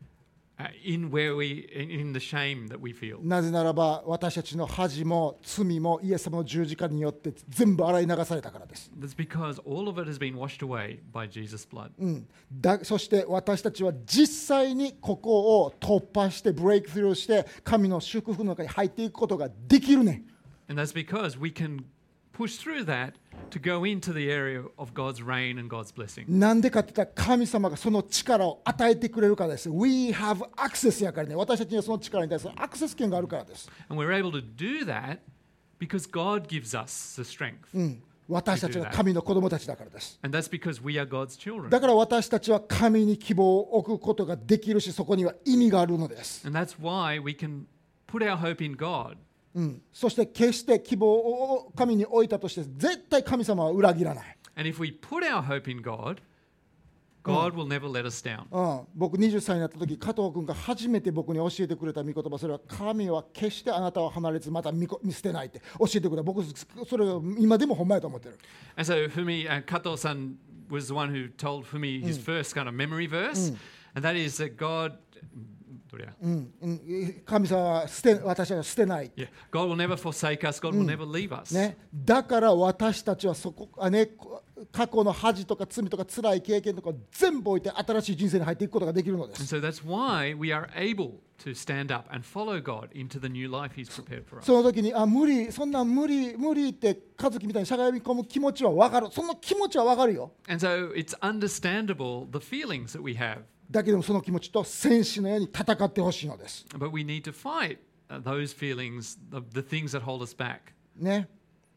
S2: uh, in where we in, in the shame that we feel.
S1: なぜならば私たちの恥も罪もイエス様の十字架によって全部洗い流されたからです
S2: That's because all of it has been washed away by Jesus' blood.
S1: だそして私たちは実際にここを突破してブレイクスルーして神の祝福の中に入っていくことができるね
S2: And that's because we can push through that to go into the area of God's reign and God's blessing.
S1: なんでかって言ったら神様がその力を与えてくれるからです We have access やからね私たちにはその力に対するアクセス権があるからです、
S2: And we're able to do that because God gives us the strength.
S1: うん、私たちが神の子供たちだからです
S2: And that's because we are God's children.
S1: だから私たちは神に希望を置くことができるしそこには意味があるのです
S2: and that's why we can put our hope in God.
S1: そして決して希望を神に置いたとして絶対神様は裏切らない、
S2: And if we put our hope in God, God will never let us down.
S1: うん、僕20歳になった時加藤君が初めて僕に教えてくれた御言葉それは神は決してあなたを離れずまた見こ見捨てないって教えてくれた僕それを今でもほんまやと思ってる
S2: And so Fumi uh, Kato-san was the one who told Fumi his first kind of memory verse, and that is that God,
S1: うんうん神様は捨て私たちは捨てない、
S2: yeah, God will never forsake us. God will never leave us.
S1: ね、だから私たちはそこあ、ね、こ過去の恥とか罪とか辛い経験とか全部置いて新しい人生に入っていくことができるので
S2: And
S1: す
S2: so that's why we are able to stand up and follow God into the new life He's prepared for us.
S1: その時にあ無理そんなん無理無理って和樹みたいにしゃがみ込む気持ちは分かるその気持ちは分かるよ
S2: And so it's understandable the feelings that we have,
S1: だけどもその気持ちと戦士のように戦ってほしいのです、
S2: but we need to fight uh, those feelings, the, the things that hold us back.
S1: ね、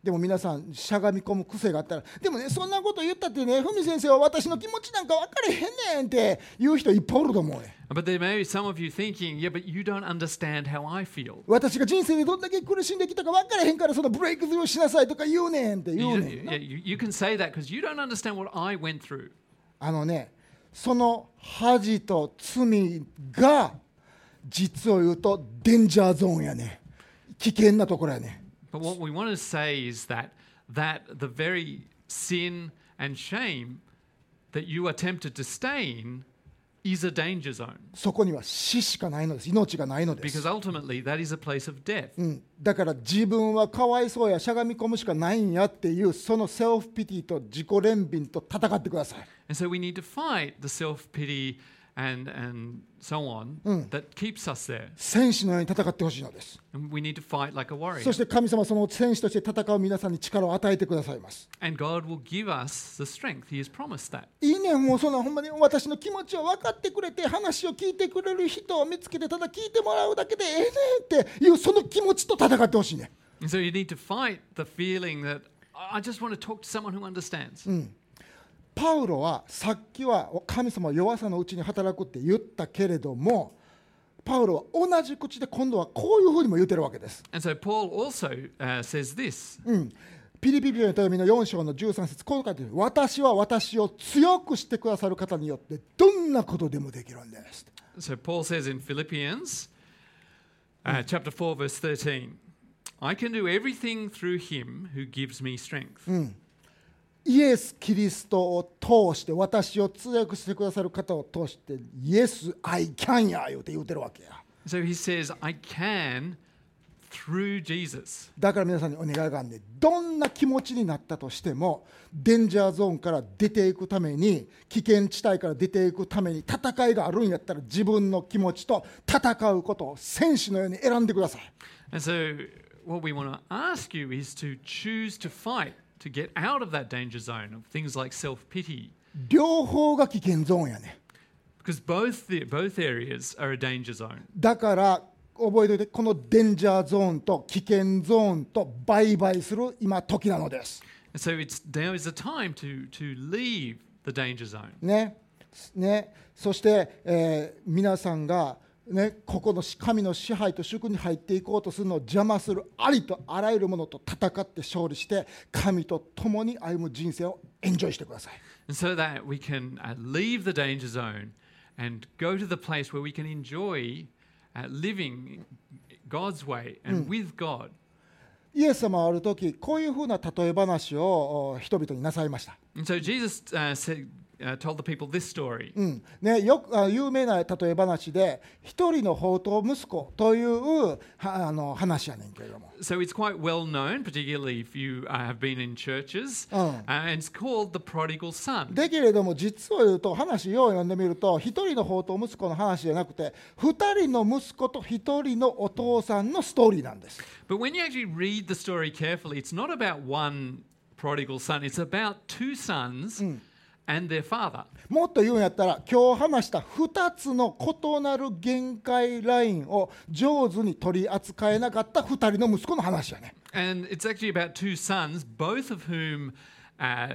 S1: でも皆さんしゃがみ込む癖があったらでもねそんなこと言ったってね文先生は私の気持ちなんか分かれへんねんって言う人いっぱいおると思うねん
S2: But there may be some of you thinking, yeah, but you don't understand how I feel.
S1: 私が人生でどんだけ苦しんできたか分からへんからそのブレイクスルーしなさいとか言うねんって言
S2: You,
S1: うねん
S2: yeah, you, you can say that because you don't understand what I went through.
S1: あのねその恥と罪が実を言うとデンジャーゾーンやね危険なところやね
S2: But what we want to say is that that the very sin and shame that you are tempted to stay in is a danger zone
S1: そこには死しかないのです命がないのです
S2: because ultimately that is a place of death.
S1: うんだから自分はかわいそうやしゃがみ込むしかないんやっていうそのセルフピティと自己憐憫と戦ってください
S2: And so we need to fight the self pity and and so on that keeps us there.
S1: 戦士のように戦ってほしいのです、
S2: And we need to fight like a warrior.
S1: そして神様はその戦士として戦う皆さんに力を与えてくださいます
S2: And God will give us the strength. He has promised that.
S1: いいねんもうそんなほんまに私の気持ちを分かってくれて話を聞いてくれる人を見つけてただ聞いてもらうだけでええねんっていうその気持ちと戦ってほしいねん
S2: And so you need to fight the feeling that I I just want to talk to someone who understands.
S1: パウロはさっきは神様は弱さのうちに働くって言ったけれどもパウロは同じ口で今度はこういうふうにも言ってるわけです
S2: And so Paul also uh, says this
S1: Mm. ピリピリの手紙の4章の13節こう書いてる私は私を強くしてくださる方によってどんなことでもできるんです
S2: So Paul says in Philippians uh, chapter 4 verse 13, I can do everything through him who gives me strength.
S1: イエス・キリストを通して私を強くしてくださる方を通してイエス・アイ・キャンや言うて言うてるわけや
S2: So he says, I can through Jesus.
S1: だから皆さんにお願いがあんねんどんな気持ちになったとしてもデンジャーゾーンから出ていくために危険地帯から出ていくために戦いがあるんやったら自分の気持ちと戦うことを戦士のように選んでください
S2: And so what we want to ask you is to choose to fight to get out of that danger zone of things like self-pity
S1: 両方が危険ゾーンやねん
S2: because both the, both areas are a danger zone.
S1: だから覚えておいてこのデンジャーゾーンと危険ゾーンと売買する今時なのです
S2: And so it's now is the time to to leave the danger zone.
S1: ねね、そして、えー皆さんが、ね、ここの神の支配と祝に入っていこうとするのを邪魔するありとあらゆるものと戦って勝利して神と共に歩む人生をエンジョイしてください
S2: And so that we can uh, leave the danger zone and go to the place where we can enjoy uh, living God's way and with God.
S1: イエス様はある時こういうふうな例え話をお人々になさいました、
S2: And so Jesus uh, said, uh, told the people this story.
S1: うんね、よくあ有名な例え話で一人の宝刀息子というはあの話やねんけれども
S2: So it's quite well known, particularly if you uh, have been in churches,
S1: Oh.
S2: uh, and it's called the prodigal son.
S1: だけれども実を言うと話よう読んでみると一人の法と息子の話じゃなくて二人の息子と一人のお父さんのストーリーなんです
S2: But when you actually read the story carefully, it's not about one prodigal son, it's about two sons and their father.
S1: もっと言うんやったら今日話した2つの異なる限界ラインを上手に取り扱えなかった2人の息子の話やね
S2: And it's actually about two sons, both of whom uh,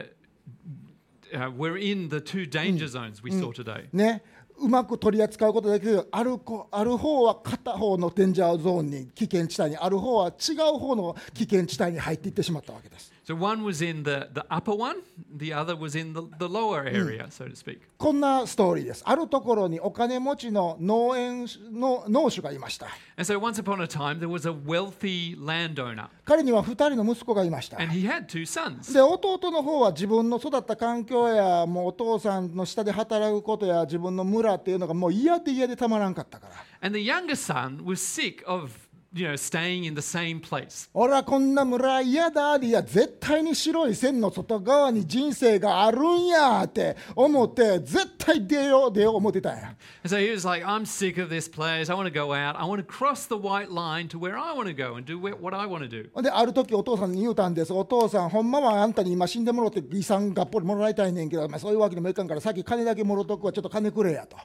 S2: uh, were in the two danger zones we saw today.
S1: ねうまく取り扱うことができるある子ある方は片方のデンジャーゾーンに危険地帯にある方は違う方の危険地帯に入っていってしまったわけです
S2: So one was in the, the upper one, the other was in the, the lower area, so to speak.
S1: こんなストーリーです。あるところにお金持ちの農園の農主がいました。
S2: And so once upon a time, there was a wealthy landowner,
S1: 彼には2人の息子がいました。
S2: and he had two sons.
S1: で弟の方は自分の育った環境やもうお父さんの下で働くことや自分の村っていうのがもう嫌で嫌でたまらんかったから
S2: And the younger son was sick of, you know, staying in the same place.
S1: 俺はこんな村嫌だいや絶対に白い線の外側に人生があるんやって思って絶対出よう出よう思ってたんや
S2: And so he was like, I'm sick of this place. I want to go out. I want to cross the white line to where I want to go and do wh- what I want to do.
S1: ほんである時お父さんに言うたんですお父さんほんまはあんたに今死んでもろって遺産がっぽりもらいたいねんけど、まあ、そういうわけにもいかんからさっき金だけもろとくわちょっと金くれやと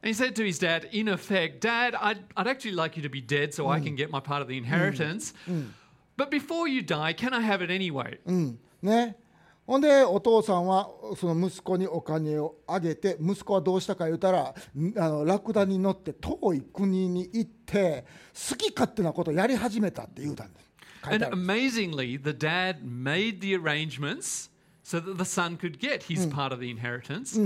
S2: And he said to his dad, in effect, Dad, I'd, I'd actually like you to be dead so I can get my part of the inheritance. But before you die, can I have it anyway?
S1: Mm. ねほんでお父さんはその息子にお金をあげて息子はどうしたか言うたらんあのラクダに乗って遠い国に行って好き勝手なことやり始めたって言うたんです書い
S2: And
S1: てある
S2: amazingly, the dad made the arrangements so that the son could get his part of the inheritance.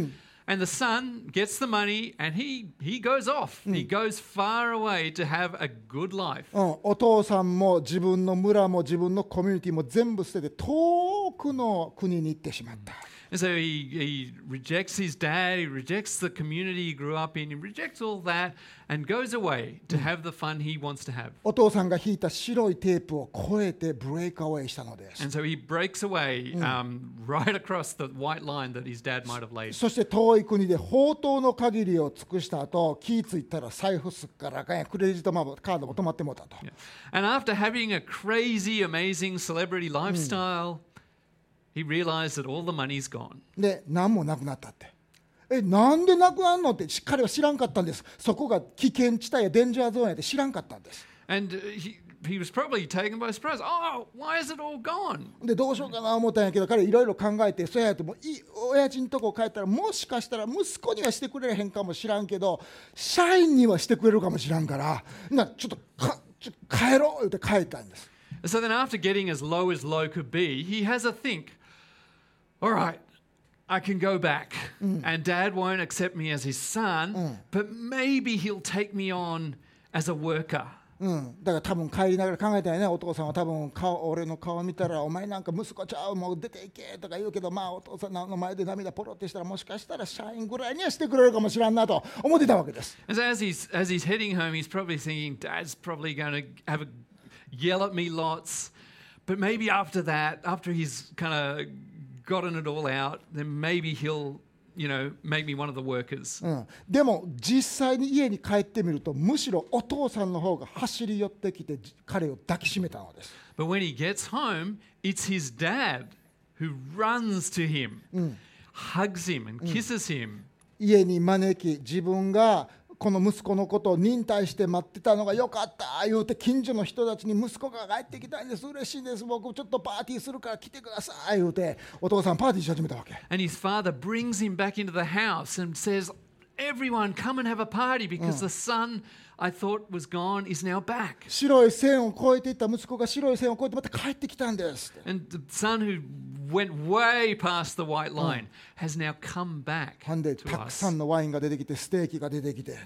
S2: And the son gets the money and he, he goes off. He goes far away to have a good life.
S1: うん、お父さんも自分の村も自分のコミュニティも全部捨てて遠くの国に行ってしまった、
S2: And so he, he rejects his dad, he rejects the community he grew up in, he rejects all that and goes away to have the fun he wants to have.
S1: お父さんが引いた白いテープを越えてブレイクアウェイしたのです
S2: And so he breaks away um, right across the white line that his dad might have laid.
S1: そして遠い国で宝刀の限りを尽くした後気ぃついたら財布すっからあかんやクレジットマーカードも止まってもうたと、
S2: Yeah. And after having a crazy, amazing celebrity lifestyle, he realized that all the money's gone.
S1: で何もなくなったってえなんでなくなるのってしっかりは知らんかったんですそこが危険地帯やデンジャーゾーンやって知らんかったんです
S2: And uh, he, he was probably taken by surprise. Oh, why is it all gone?
S1: でどうしようかな思ったんやけど彼いろいろ考えてそうやともういい親父のとこ帰ったらもしかしたら息子にはしてくれへんかもしらんけど社員にはしてくれるかもしらんからなちょっとかちょっと帰ろうって帰ったんです
S2: So then, after getting as low as low could be, he has a think. All right, I can go back, and Dad won't accept me as his son, but maybe he'll take me on as a worker.
S1: うん、だから多分帰りながら考えたよねお父さんは多分顔俺の顔見たらお前なんか息子ちゃうもう出ていけとか言うけどまあお父さんの前で涙ポロってしたらもしかしたら社員ぐらいにはしてくれるかもしらんなと思ってたわけです
S2: And so as he's as he's heading home, he's probably thinking, Dad's probably going to have a yell at me lots, but maybe after that, after he's kind of gotten it all out, then maybe he'll, you know, make me one of the workers.
S1: うん、でも実際に家に帰ってみるとむしろお父さんの方が走り寄ってきてじ彼を抱きしめたのです、
S2: But when he gets home, it's his dad who runs to him, hugs him, and kisses him.
S1: 家に招き自分がこの息子のことを忍耐して待ってたのがよかった言うて近所の人たちに息子が帰ってきたんです嬉しいです僕ちょっとパーティーするから来てください言うてお父さんパーティーし始めたわけ
S2: And his father brings him back into the house and says, Everyone, come and have a party because the son I thought was gone is now back.
S1: 白い線を越えていった息子が白い線を越えてまた帰ってきたんですって
S2: And the son who went way past the white line has now come back.
S1: ほんで
S2: to
S1: たく
S2: us.
S1: さんのワインが出てきてステーキが出てきてって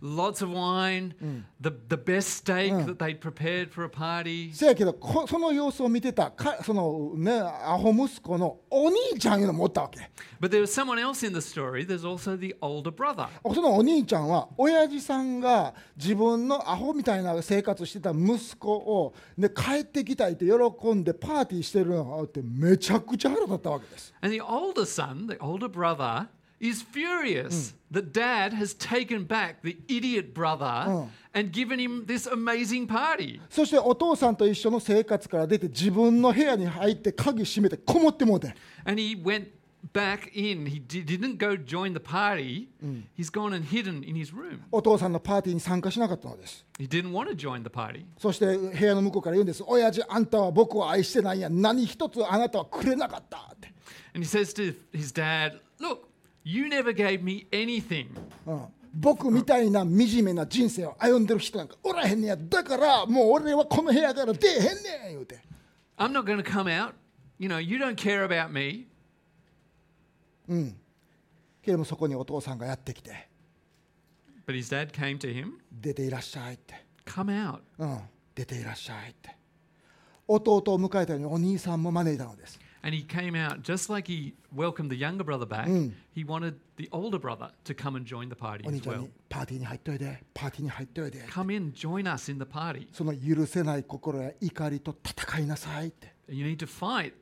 S2: Lots of wine, the, the best steak that they'd prepared for a party.
S1: せやけどこその様子を見てたかそのねアホ息子のお兄ちゃんいうのもおったわけ
S2: But there was someone else in the story. There's also the older brother.
S1: そのお兄ちゃんは親父さんが自分のアホみたいな生活してた息子を、ね、帰ってきたいって喜んでパーティーしてるのがあってめちゃくちゃ腹立ったわけです
S2: And the older son, the older brother, is furious that dad has taken back the idiot brother and given him this amazing party.
S1: そしてお父さんと一緒の生活から出て自分の部屋に入って鍵閉めてこもってもうてん
S2: And he went back in. He di- didn't go join the party. He's gone and hidden in his room.
S1: お父さんのパーティーに参加しなかったのです
S2: He didn't want to join the party.
S1: そして部屋の向こうから言うんです親父あんたは僕を愛してないんや何一つあなたはくれなかったって
S2: And he says to his dad, Look, you never gave me anything.
S1: うん僕みたいな惨めな人生を歩んでる人なんかおらへんねやだからもう俺はこの部屋から出えへんねん言うて
S2: I'm not going to come out. You know, you don't care about me.
S1: けれどもそこにお父さんがやってきて
S2: But his dad came to him,
S1: 出ていらっしゃいって、
S2: Come out.
S1: うん、出ていらっしゃいって弟を迎えたようにお兄さんも招いたのです
S2: And he came out just like he welcomed the younger brother back. He wanted the older brother to come and join the party
S1: お兄
S2: as
S1: ちゃん
S2: well.
S1: にパーティーに入っといでパーティーに入っといで
S2: Come in, join us in the party.
S1: その許せない心や怒りと戦いなさいって
S2: You need to fight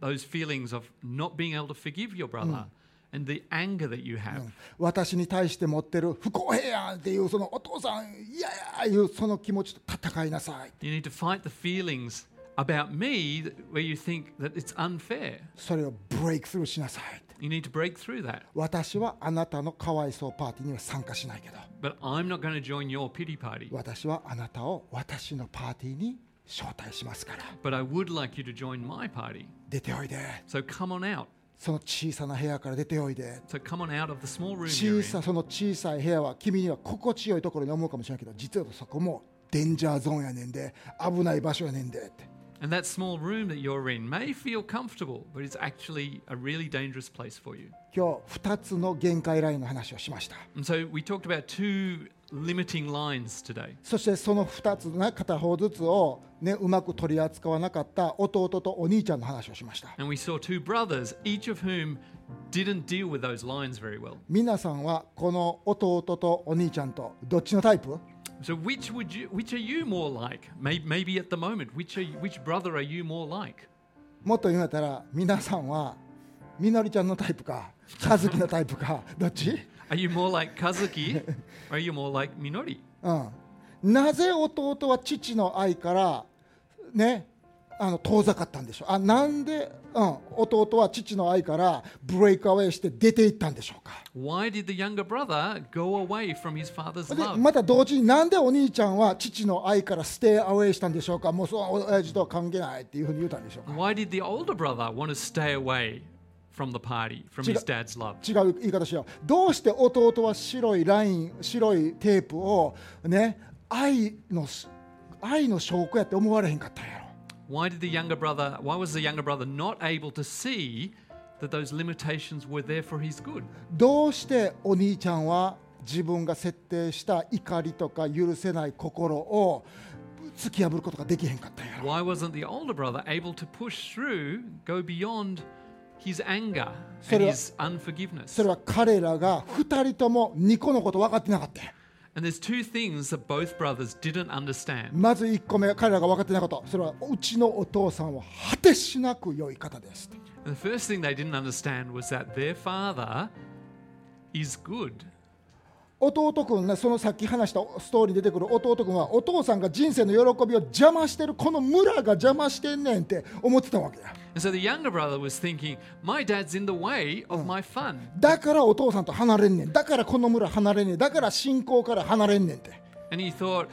S2: those feelings of not being able to forgive your brother and the anger that you have.
S1: 私に対して持ってる不公平やんっていうそのお父さん嫌やいうその気持ちと戦いなさい
S2: You need to fight the feelings about me that- where you think that it's unfair.
S1: それをブレイクスルーしなさいって
S2: You need to break through that.
S1: 私はあなたのかわいそうパーティーには参加しないけど
S2: But I'm not going to join your pity party.
S1: 私はあなたを私のパーティーに招待しますから
S2: But I would like you to join my party.
S1: 出ておいで
S2: So come on out.
S1: その小さな部屋から出ておいで
S2: So come on out of the small room you're
S1: 小
S2: in.
S1: さその小さい部屋は君には心地よいところに思うかもしれないけど実はそこもデンジャーゾーンやねんで危ない場所やねんでって
S2: And that small room that you're in may feel comfortable, but it's actually a really dangerous place for you.
S1: 今日2つの限界ラインの話をしました
S2: And so we talked about two limiting lines today.
S1: そしてその2つね片方ずつを、ね、うまく取り扱わなかった弟とお兄ちゃんの話をしました
S2: And we saw two brothers, each of whom didn't deal with those lines very well.
S1: 皆さんはこの弟とお兄ちゃんとどっちのタイプ
S2: So which would you which are you more like? May- Maybe at the moment, which are you, which brother are you more like?
S1: もっと言うんやったら皆さんはみのりちゃんのタイプか和樹のタイプかどっち、
S2: Are you more like Kazuki or are you more like Minori?
S1: うん、なぜ弟は父の愛からねあの遠ざかったんでしょうあなんで、うん、弟は父の愛からブレイクアウェイして出ていったんでしょうか
S2: Why did the younger brother go away from his father's
S1: で
S2: love?
S1: また同時になんでお兄ちゃんは父の愛からステイアウェイしたんでしょうかもうその親父とは関係ないっていうふうに言ったんでしょうか
S2: Why did the older brother want to stay away from the party, from his dad's love?
S1: 違う言い方しようどうして弟は白いライン白いテープをね愛のし愛の証拠やって思われへんかったんやろ
S2: Why did the younger brother, why was the younger brother not able to see that those limitations were there for his good?
S1: どうしてお兄ちゃんは自分が設定した怒りとか許せない心を突き破ることができへんかったんやろ
S2: Why wasn't the older brother able to push through, go beyond his anger and
S1: それは-
S2: his unforgiveness?
S1: それは彼らが2人とも2個のこと分かってなかったんや
S2: And there's two things that both brothers didn't understand.
S1: まず1個目彼らが分かってないことそれはうちのお父さんは果てしなく良い方ですと
S2: And the first thing they didn't understand was that their father is good.
S1: 弟君ねそのさっき話したストーリーに出てくる弟君はお父さんが人生の喜びを邪魔してるこの村が邪魔してんねんって思ってたわけや
S2: And so the younger brother was thinking, my dad's in the way of my fun.
S1: だからお父さんと離れんねんだからこの村離れんねんだから信仰から離れんねんって
S2: And he thought,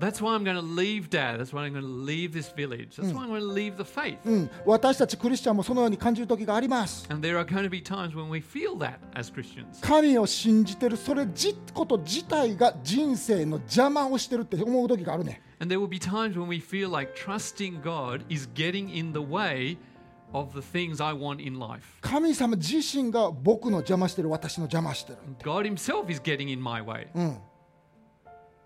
S2: that's why I'm going to leave dad. That's why I'm going to leave this village. That's why I'm going to leave the faith.
S1: うん私たちクリスチャンもそのように感じる時があります
S2: And there are going to be times when we feel that as Christians.
S1: 神を信じてるそれじこと自体が人生の邪魔をしてるって思う時があるねん
S2: And there will be times when we feel like trusting God is getting in the way of the things I want in life.
S1: 神様自身が僕の邪魔してる私の邪魔してる
S2: God Himself is getting in my way.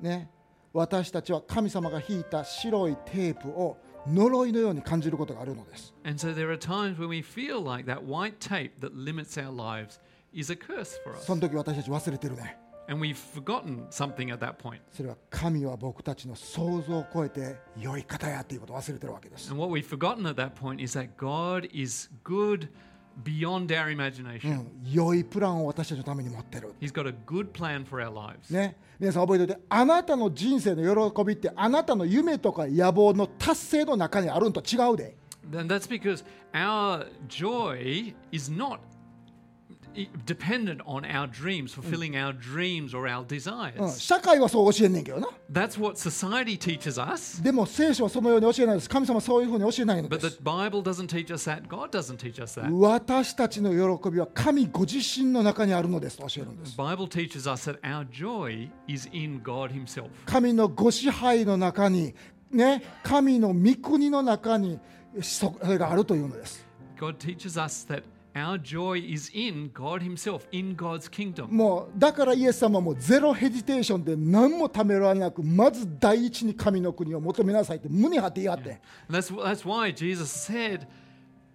S1: ね、私たちは神様が引いた白いテープを呪いのように感じることがあるのです
S2: And so there are times when we feel like that white tape that limits our lives is a curse for us.
S1: その時私たち忘れてるね
S2: And we've forgotten something at that point.
S1: それは神は僕たちの想像を超えて良い方やっていうことを忘れてるわけです
S2: And what we've forgotten at that point is that God is good beyond our imagination.
S1: 良いプランを私たちのために持ってる
S2: He's got a good plan for our lives.
S1: ね、皆さん覚えておいてあなたの人生の喜びってあなたの夢とか野望の達成の中にあるんと違うで
S2: And that's because our joy is not i- dependent on our dreams, fulfilling our dreams or our desires.
S1: うん社会はそう教えんねんけどな
S2: That's what society teaches us.
S1: でも聖書はそのように教えないです神様はそういうふうに教えないのです
S2: But the Bible doesn't teach us that. God doesn't teach us that.
S1: 私たちの喜びは神ご自身の中にあるのですと教えるんです
S2: The Bible teaches us that our joy is in God Himself.
S1: 神のご支配の中にね神の御国の中にそそれがあるというのです
S2: God teaches us that our joy is in God Himself, in God's kingdom.
S1: もうだからイエス様もゼロヘジテーションで何もためらわなくまず第一に神の国を求めなさいって胸張って言い張って、
S2: And that's, that's why Jesus said,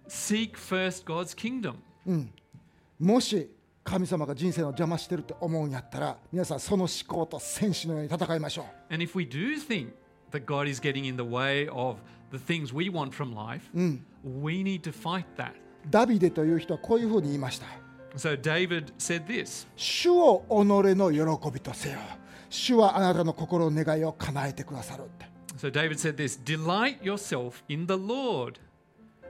S2: Seek first God's kingdom.
S1: もし神様が人生の邪魔してるって思うんやったら皆さんその思考と戦士のように戦いましょう
S2: And if we do think that God is getting in the way of the things we want from life, we need to fight that.
S1: ダビデという人はこういうふうに言いました
S2: So David said this
S1: 主を己の喜びとせよ主はあなたの心の願いを叶えてくださるって
S2: So David said this Delight yourself in the Lord,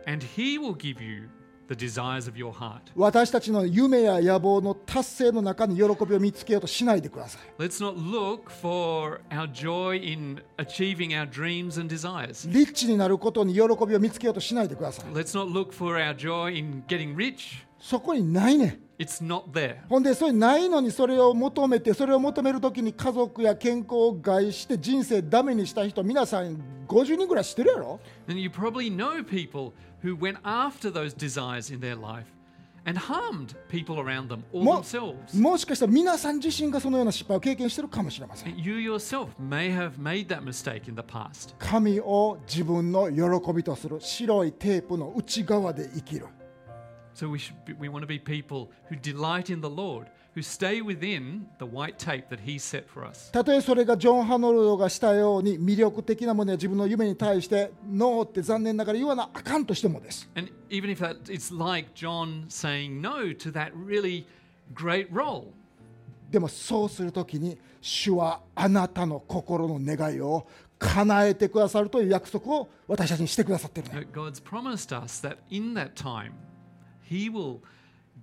S2: and he will give you the desires of your heart.
S1: 私たちの夢や野望の達成の中に喜びを見つけようとしないでください
S2: Let's not look for our joy in achieving our dreams and desires.
S1: リッチになることに喜びを見つけようとしないでください
S2: Let's not look for our joy in getting rich
S1: そこにないねん
S2: It's not there.
S1: ほんでそれないのにそれを求めてそれを求めるときに家族や健康を害して人生ダメにした人皆さん50人ぐらい知ってるやろ
S2: And you probably know people who went after those desires in their life and harmed people around them or
S1: も
S2: themselves.
S1: もしかしたら皆さん自身がそのような失敗を経験してるかもしれません
S2: You yourself may have made that mistake in the past.
S1: 神を自分の喜びとする白いテープの内側で生きる
S2: So we should be, we want to be people who delight in the Lord, who stay within the white tape that he set for us.
S1: たとえそれがジョン・ハノルドがしたように魅力的なものや自分の夢に対してノーって残念ながら言わなあかんとしてもです
S2: And even if that it's like John saying no to that really great role.
S1: でもそうするときに主はあなたの心の願いを叶えてくださるという約束を私たちにしてくださってるね
S2: But God's promised us that in that time he will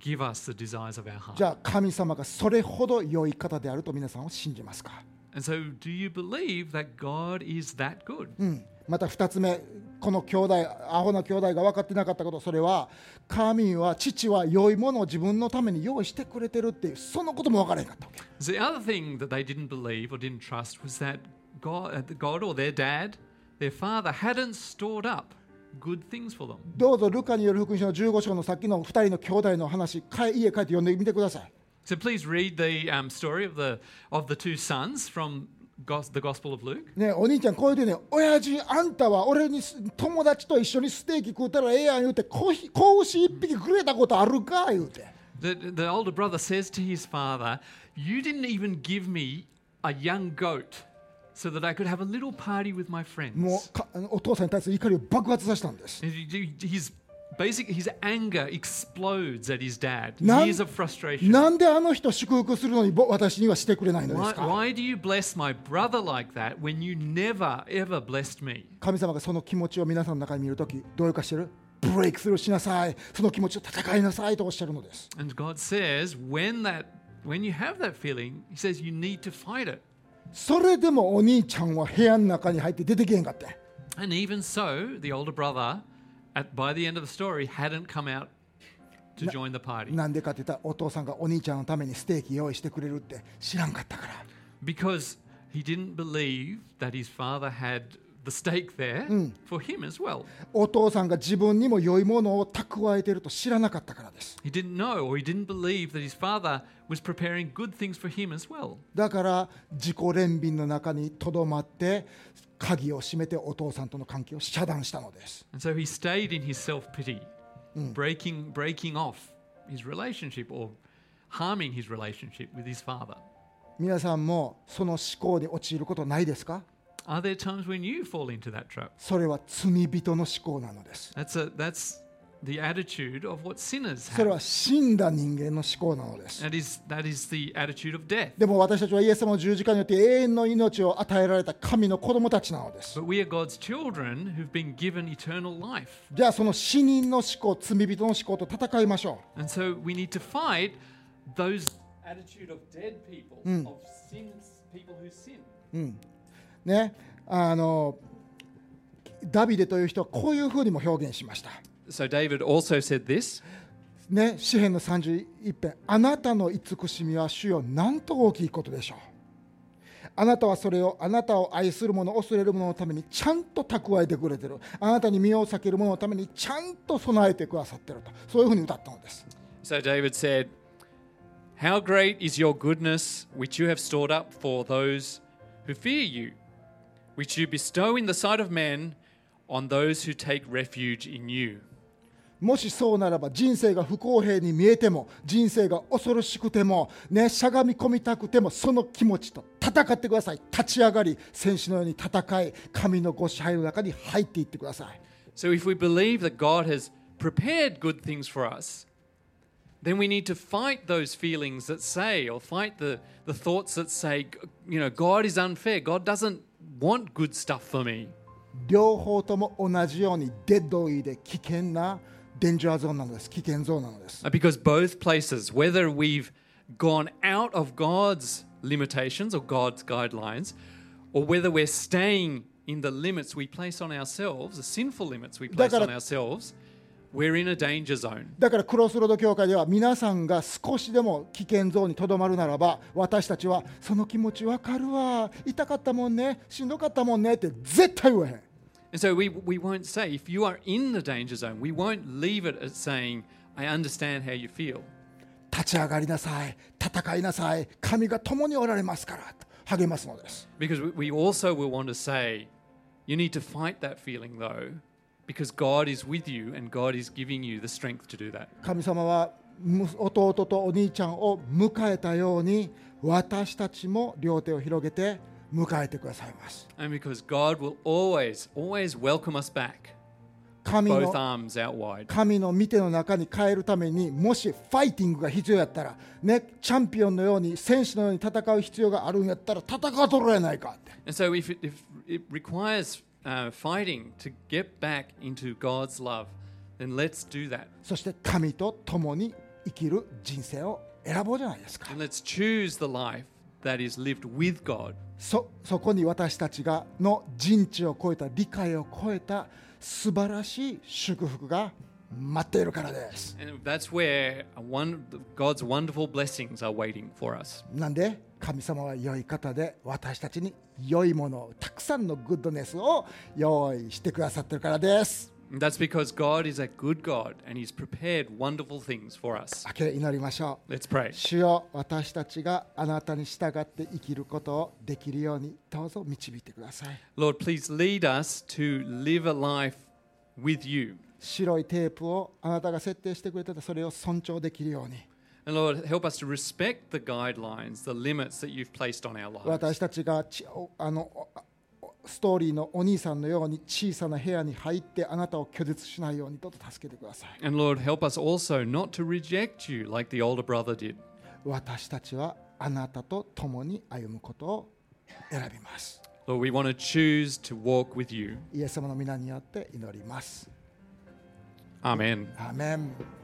S2: give us the desires of our heart.
S1: じゃあ神様がそれほど良い方であると皆さんを信じますか
S2: And so do you believe that God is that good?
S1: また2つ目この兄弟アホな兄弟が分かってなかったことそれは神は父は良いものを自分のために用意してくれてるっていうそのことも分からへんかったわけ
S2: So the other thing that they didn't believe or didn't trust was that God, uh, God or their dad, their father, hadn't stored up good things for them.
S1: どうぞルカによる福音書の15章のさっきの2人の兄弟の話か家帰って読んでみてください
S2: So please read the um, story of the of the two sons from gos- the Gospel of Luke.
S1: ねえお兄ちゃんこう言うてね親父あんたは俺にす友達と一緒にステーキ食うたらええやん言うて子ひ子牛一匹くれたことあるか言うて
S2: The, the older brother says to his father, "You didn't even give me a young goat so that I could have a little party with my
S1: も
S2: friends."
S1: うかあのお父さんに対する怒りを爆発させたんです
S2: And he- he- His basic his anger explodes at his dad.
S1: Nan-
S2: Years of frustration.
S1: なんであの人祝福するのにぼ私にはしてくれないので
S2: Why,
S1: すか
S2: why do you bless my brother like that when you never, ever blessed me?
S1: 神様がその気持ちを皆さんの中に見るときどういうかしてるブレイクスルーしなさいその気持ちを戦いなさいとおっしゃるのです
S2: And God says, when that when you have that feeling, He says you need to fight it.
S1: それでもお兄ちゃんは部屋の中に入って出てけへんかってん
S2: And even so, the older brother, at by the end of the story, hadn't come out to join the party
S1: なんでかって言ったらお父さんがお兄ちゃんのためにステーキ用意してくれるって知らんかったから
S2: because he didn't believe that his father had the stake there for him as well.
S1: お父さんが自分にも良いものを蓄えていると知らなかったからです
S2: He didn't know, or he didn't believe that his father was preparing good things for him as well.
S1: だから自己憐憫の中にとどまって鍵を閉めてお父さんとの関係を遮断したのです
S2: And so he stayed in his self pity, breaking, breaking off his relationship or harming his relationship with his father.
S1: 皆さんもその思考に陥ることないですか
S2: Are there times when you fall into that trap?
S1: それは罪人の思考なのです
S2: That's, a, that's the attitude of what sinners
S1: それは
S2: have.
S1: 死んだ人間の思考なのです
S2: That is, that is the attitude of death.
S1: でも私たちはイエス様の十字架によって永遠の命を与えられた神の子供たちなのです
S2: But we are God's children who've been given eternal life.
S1: じゃあその死人の思考罪人の思考と戦いましょう
S2: And so we need to fight those attitude of dead people, of sins, people who sin.
S1: ね、あのダビデという人はこういうふうにも表現しました。
S2: So David also said this.
S1: ね、詩篇の31編「あなたの慈しみは主よなんと大きいことでしょう」「あなたはそれをあなたを愛する者恐れる者のためにちゃんと蓄えてくれてる」「あなたに身を避ける者のためにちゃんと備えてくださってると」そういうふうに歌ったのです。
S3: So David said, How great is your goodness, which you have stored up for those who fear you, which you bestow in the sight of men on those who take refuge in you.
S1: もしそうならば人生が不公平に見えても人生が恐ろしくても、ね、しゃがみ込みたくてもその気持ちと戦ってください立ち上がり戦士のように戦い神のご支配の中に入っていってください
S3: So if we believe that God has prepared good things for us, then we need to fight those feelings that say, or fight the, the thoughts that say, you know, God is unfair. God doesn't want good stuff for me.
S1: 両方とも同じようにデッドイーで危険なデンジャーゾーンなのです危険ゾーンなのです、
S3: Uh, Because both places, whether we've gone out of God's limitations or God's guidelines, or whether we're staying in the limits we place on ourselves, the sinful limits we place on
S1: Dakar-
S3: ourselves,
S2: We're in a danger zone.
S1: だからクロスロード教会では皆さんが少しでも危険ゾーンにとどまるならば私たちはその気持ちわかるわ痛かったもんねしんどかったもんねって絶対言わへん
S2: And so we, we won't say, if you are in the danger zone, we won't leave it at saying, I understand how you feel.
S1: 立ち上がりなさい戦いなさい神が共におられますからと励ますのです
S2: Because we- we also will want to say, you need to fight that feeling though, because God is with you and God is giving you the strength to do that.
S1: 神様はむ弟とお兄ちゃんを迎えたように私たちも両手を広げて迎えてくださいます
S2: And because God will always, always welcome us back,
S1: 神
S2: both
S1: の
S2: arms out wide.
S1: 神の見ての中に変えるためにもしファイティングが必要やったら、ね、チャンピオンのように戦士のように戦う必要があるんやったら戦うとるやないかって
S2: And so if it, if it requires uh, fighting to get back into God's love, then let's do that.
S1: そして神と共に生きる人生を選ぼうじゃないですか
S2: And let's choose the life that is lived with God.
S1: そそこに私たちがの人知を超えた理解を超えた素晴らしい祝福が待っているからです
S2: And that's where a one, God's wonderful blessings are waiting for us.
S1: なんで神様は良い方で私たちに良いものをたくさんのグッドネスを用意してくださってるからです。
S2: And that's because God is a good God and He's prepared wonderful things for us.
S1: 明け祈りましょう。
S2: Let's pray.
S1: 主よ私たちがあなたに従って生きることをできるようにどうぞ導いてください。
S2: Lord, please lead us to live a life with you.
S1: 白いテープをあなたが設定してくれてたそれを尊重できるように
S2: And Lord, help us to respect the guidelines, the limits that you've placed on our lives.
S1: 私たちがちおあのおおストーリーのお兄さんのように小さな部屋に入ってあなたを拒絶しないようにどうぞ助けてください。
S2: And Lord, help us also not to reject you like the older brother did.
S1: 私たちはあなたと共に歩むことを選びます。
S2: Lord, we want to choose to walk with you.
S1: イエス様の皆によって祈ります。
S2: Amen.
S1: アーメン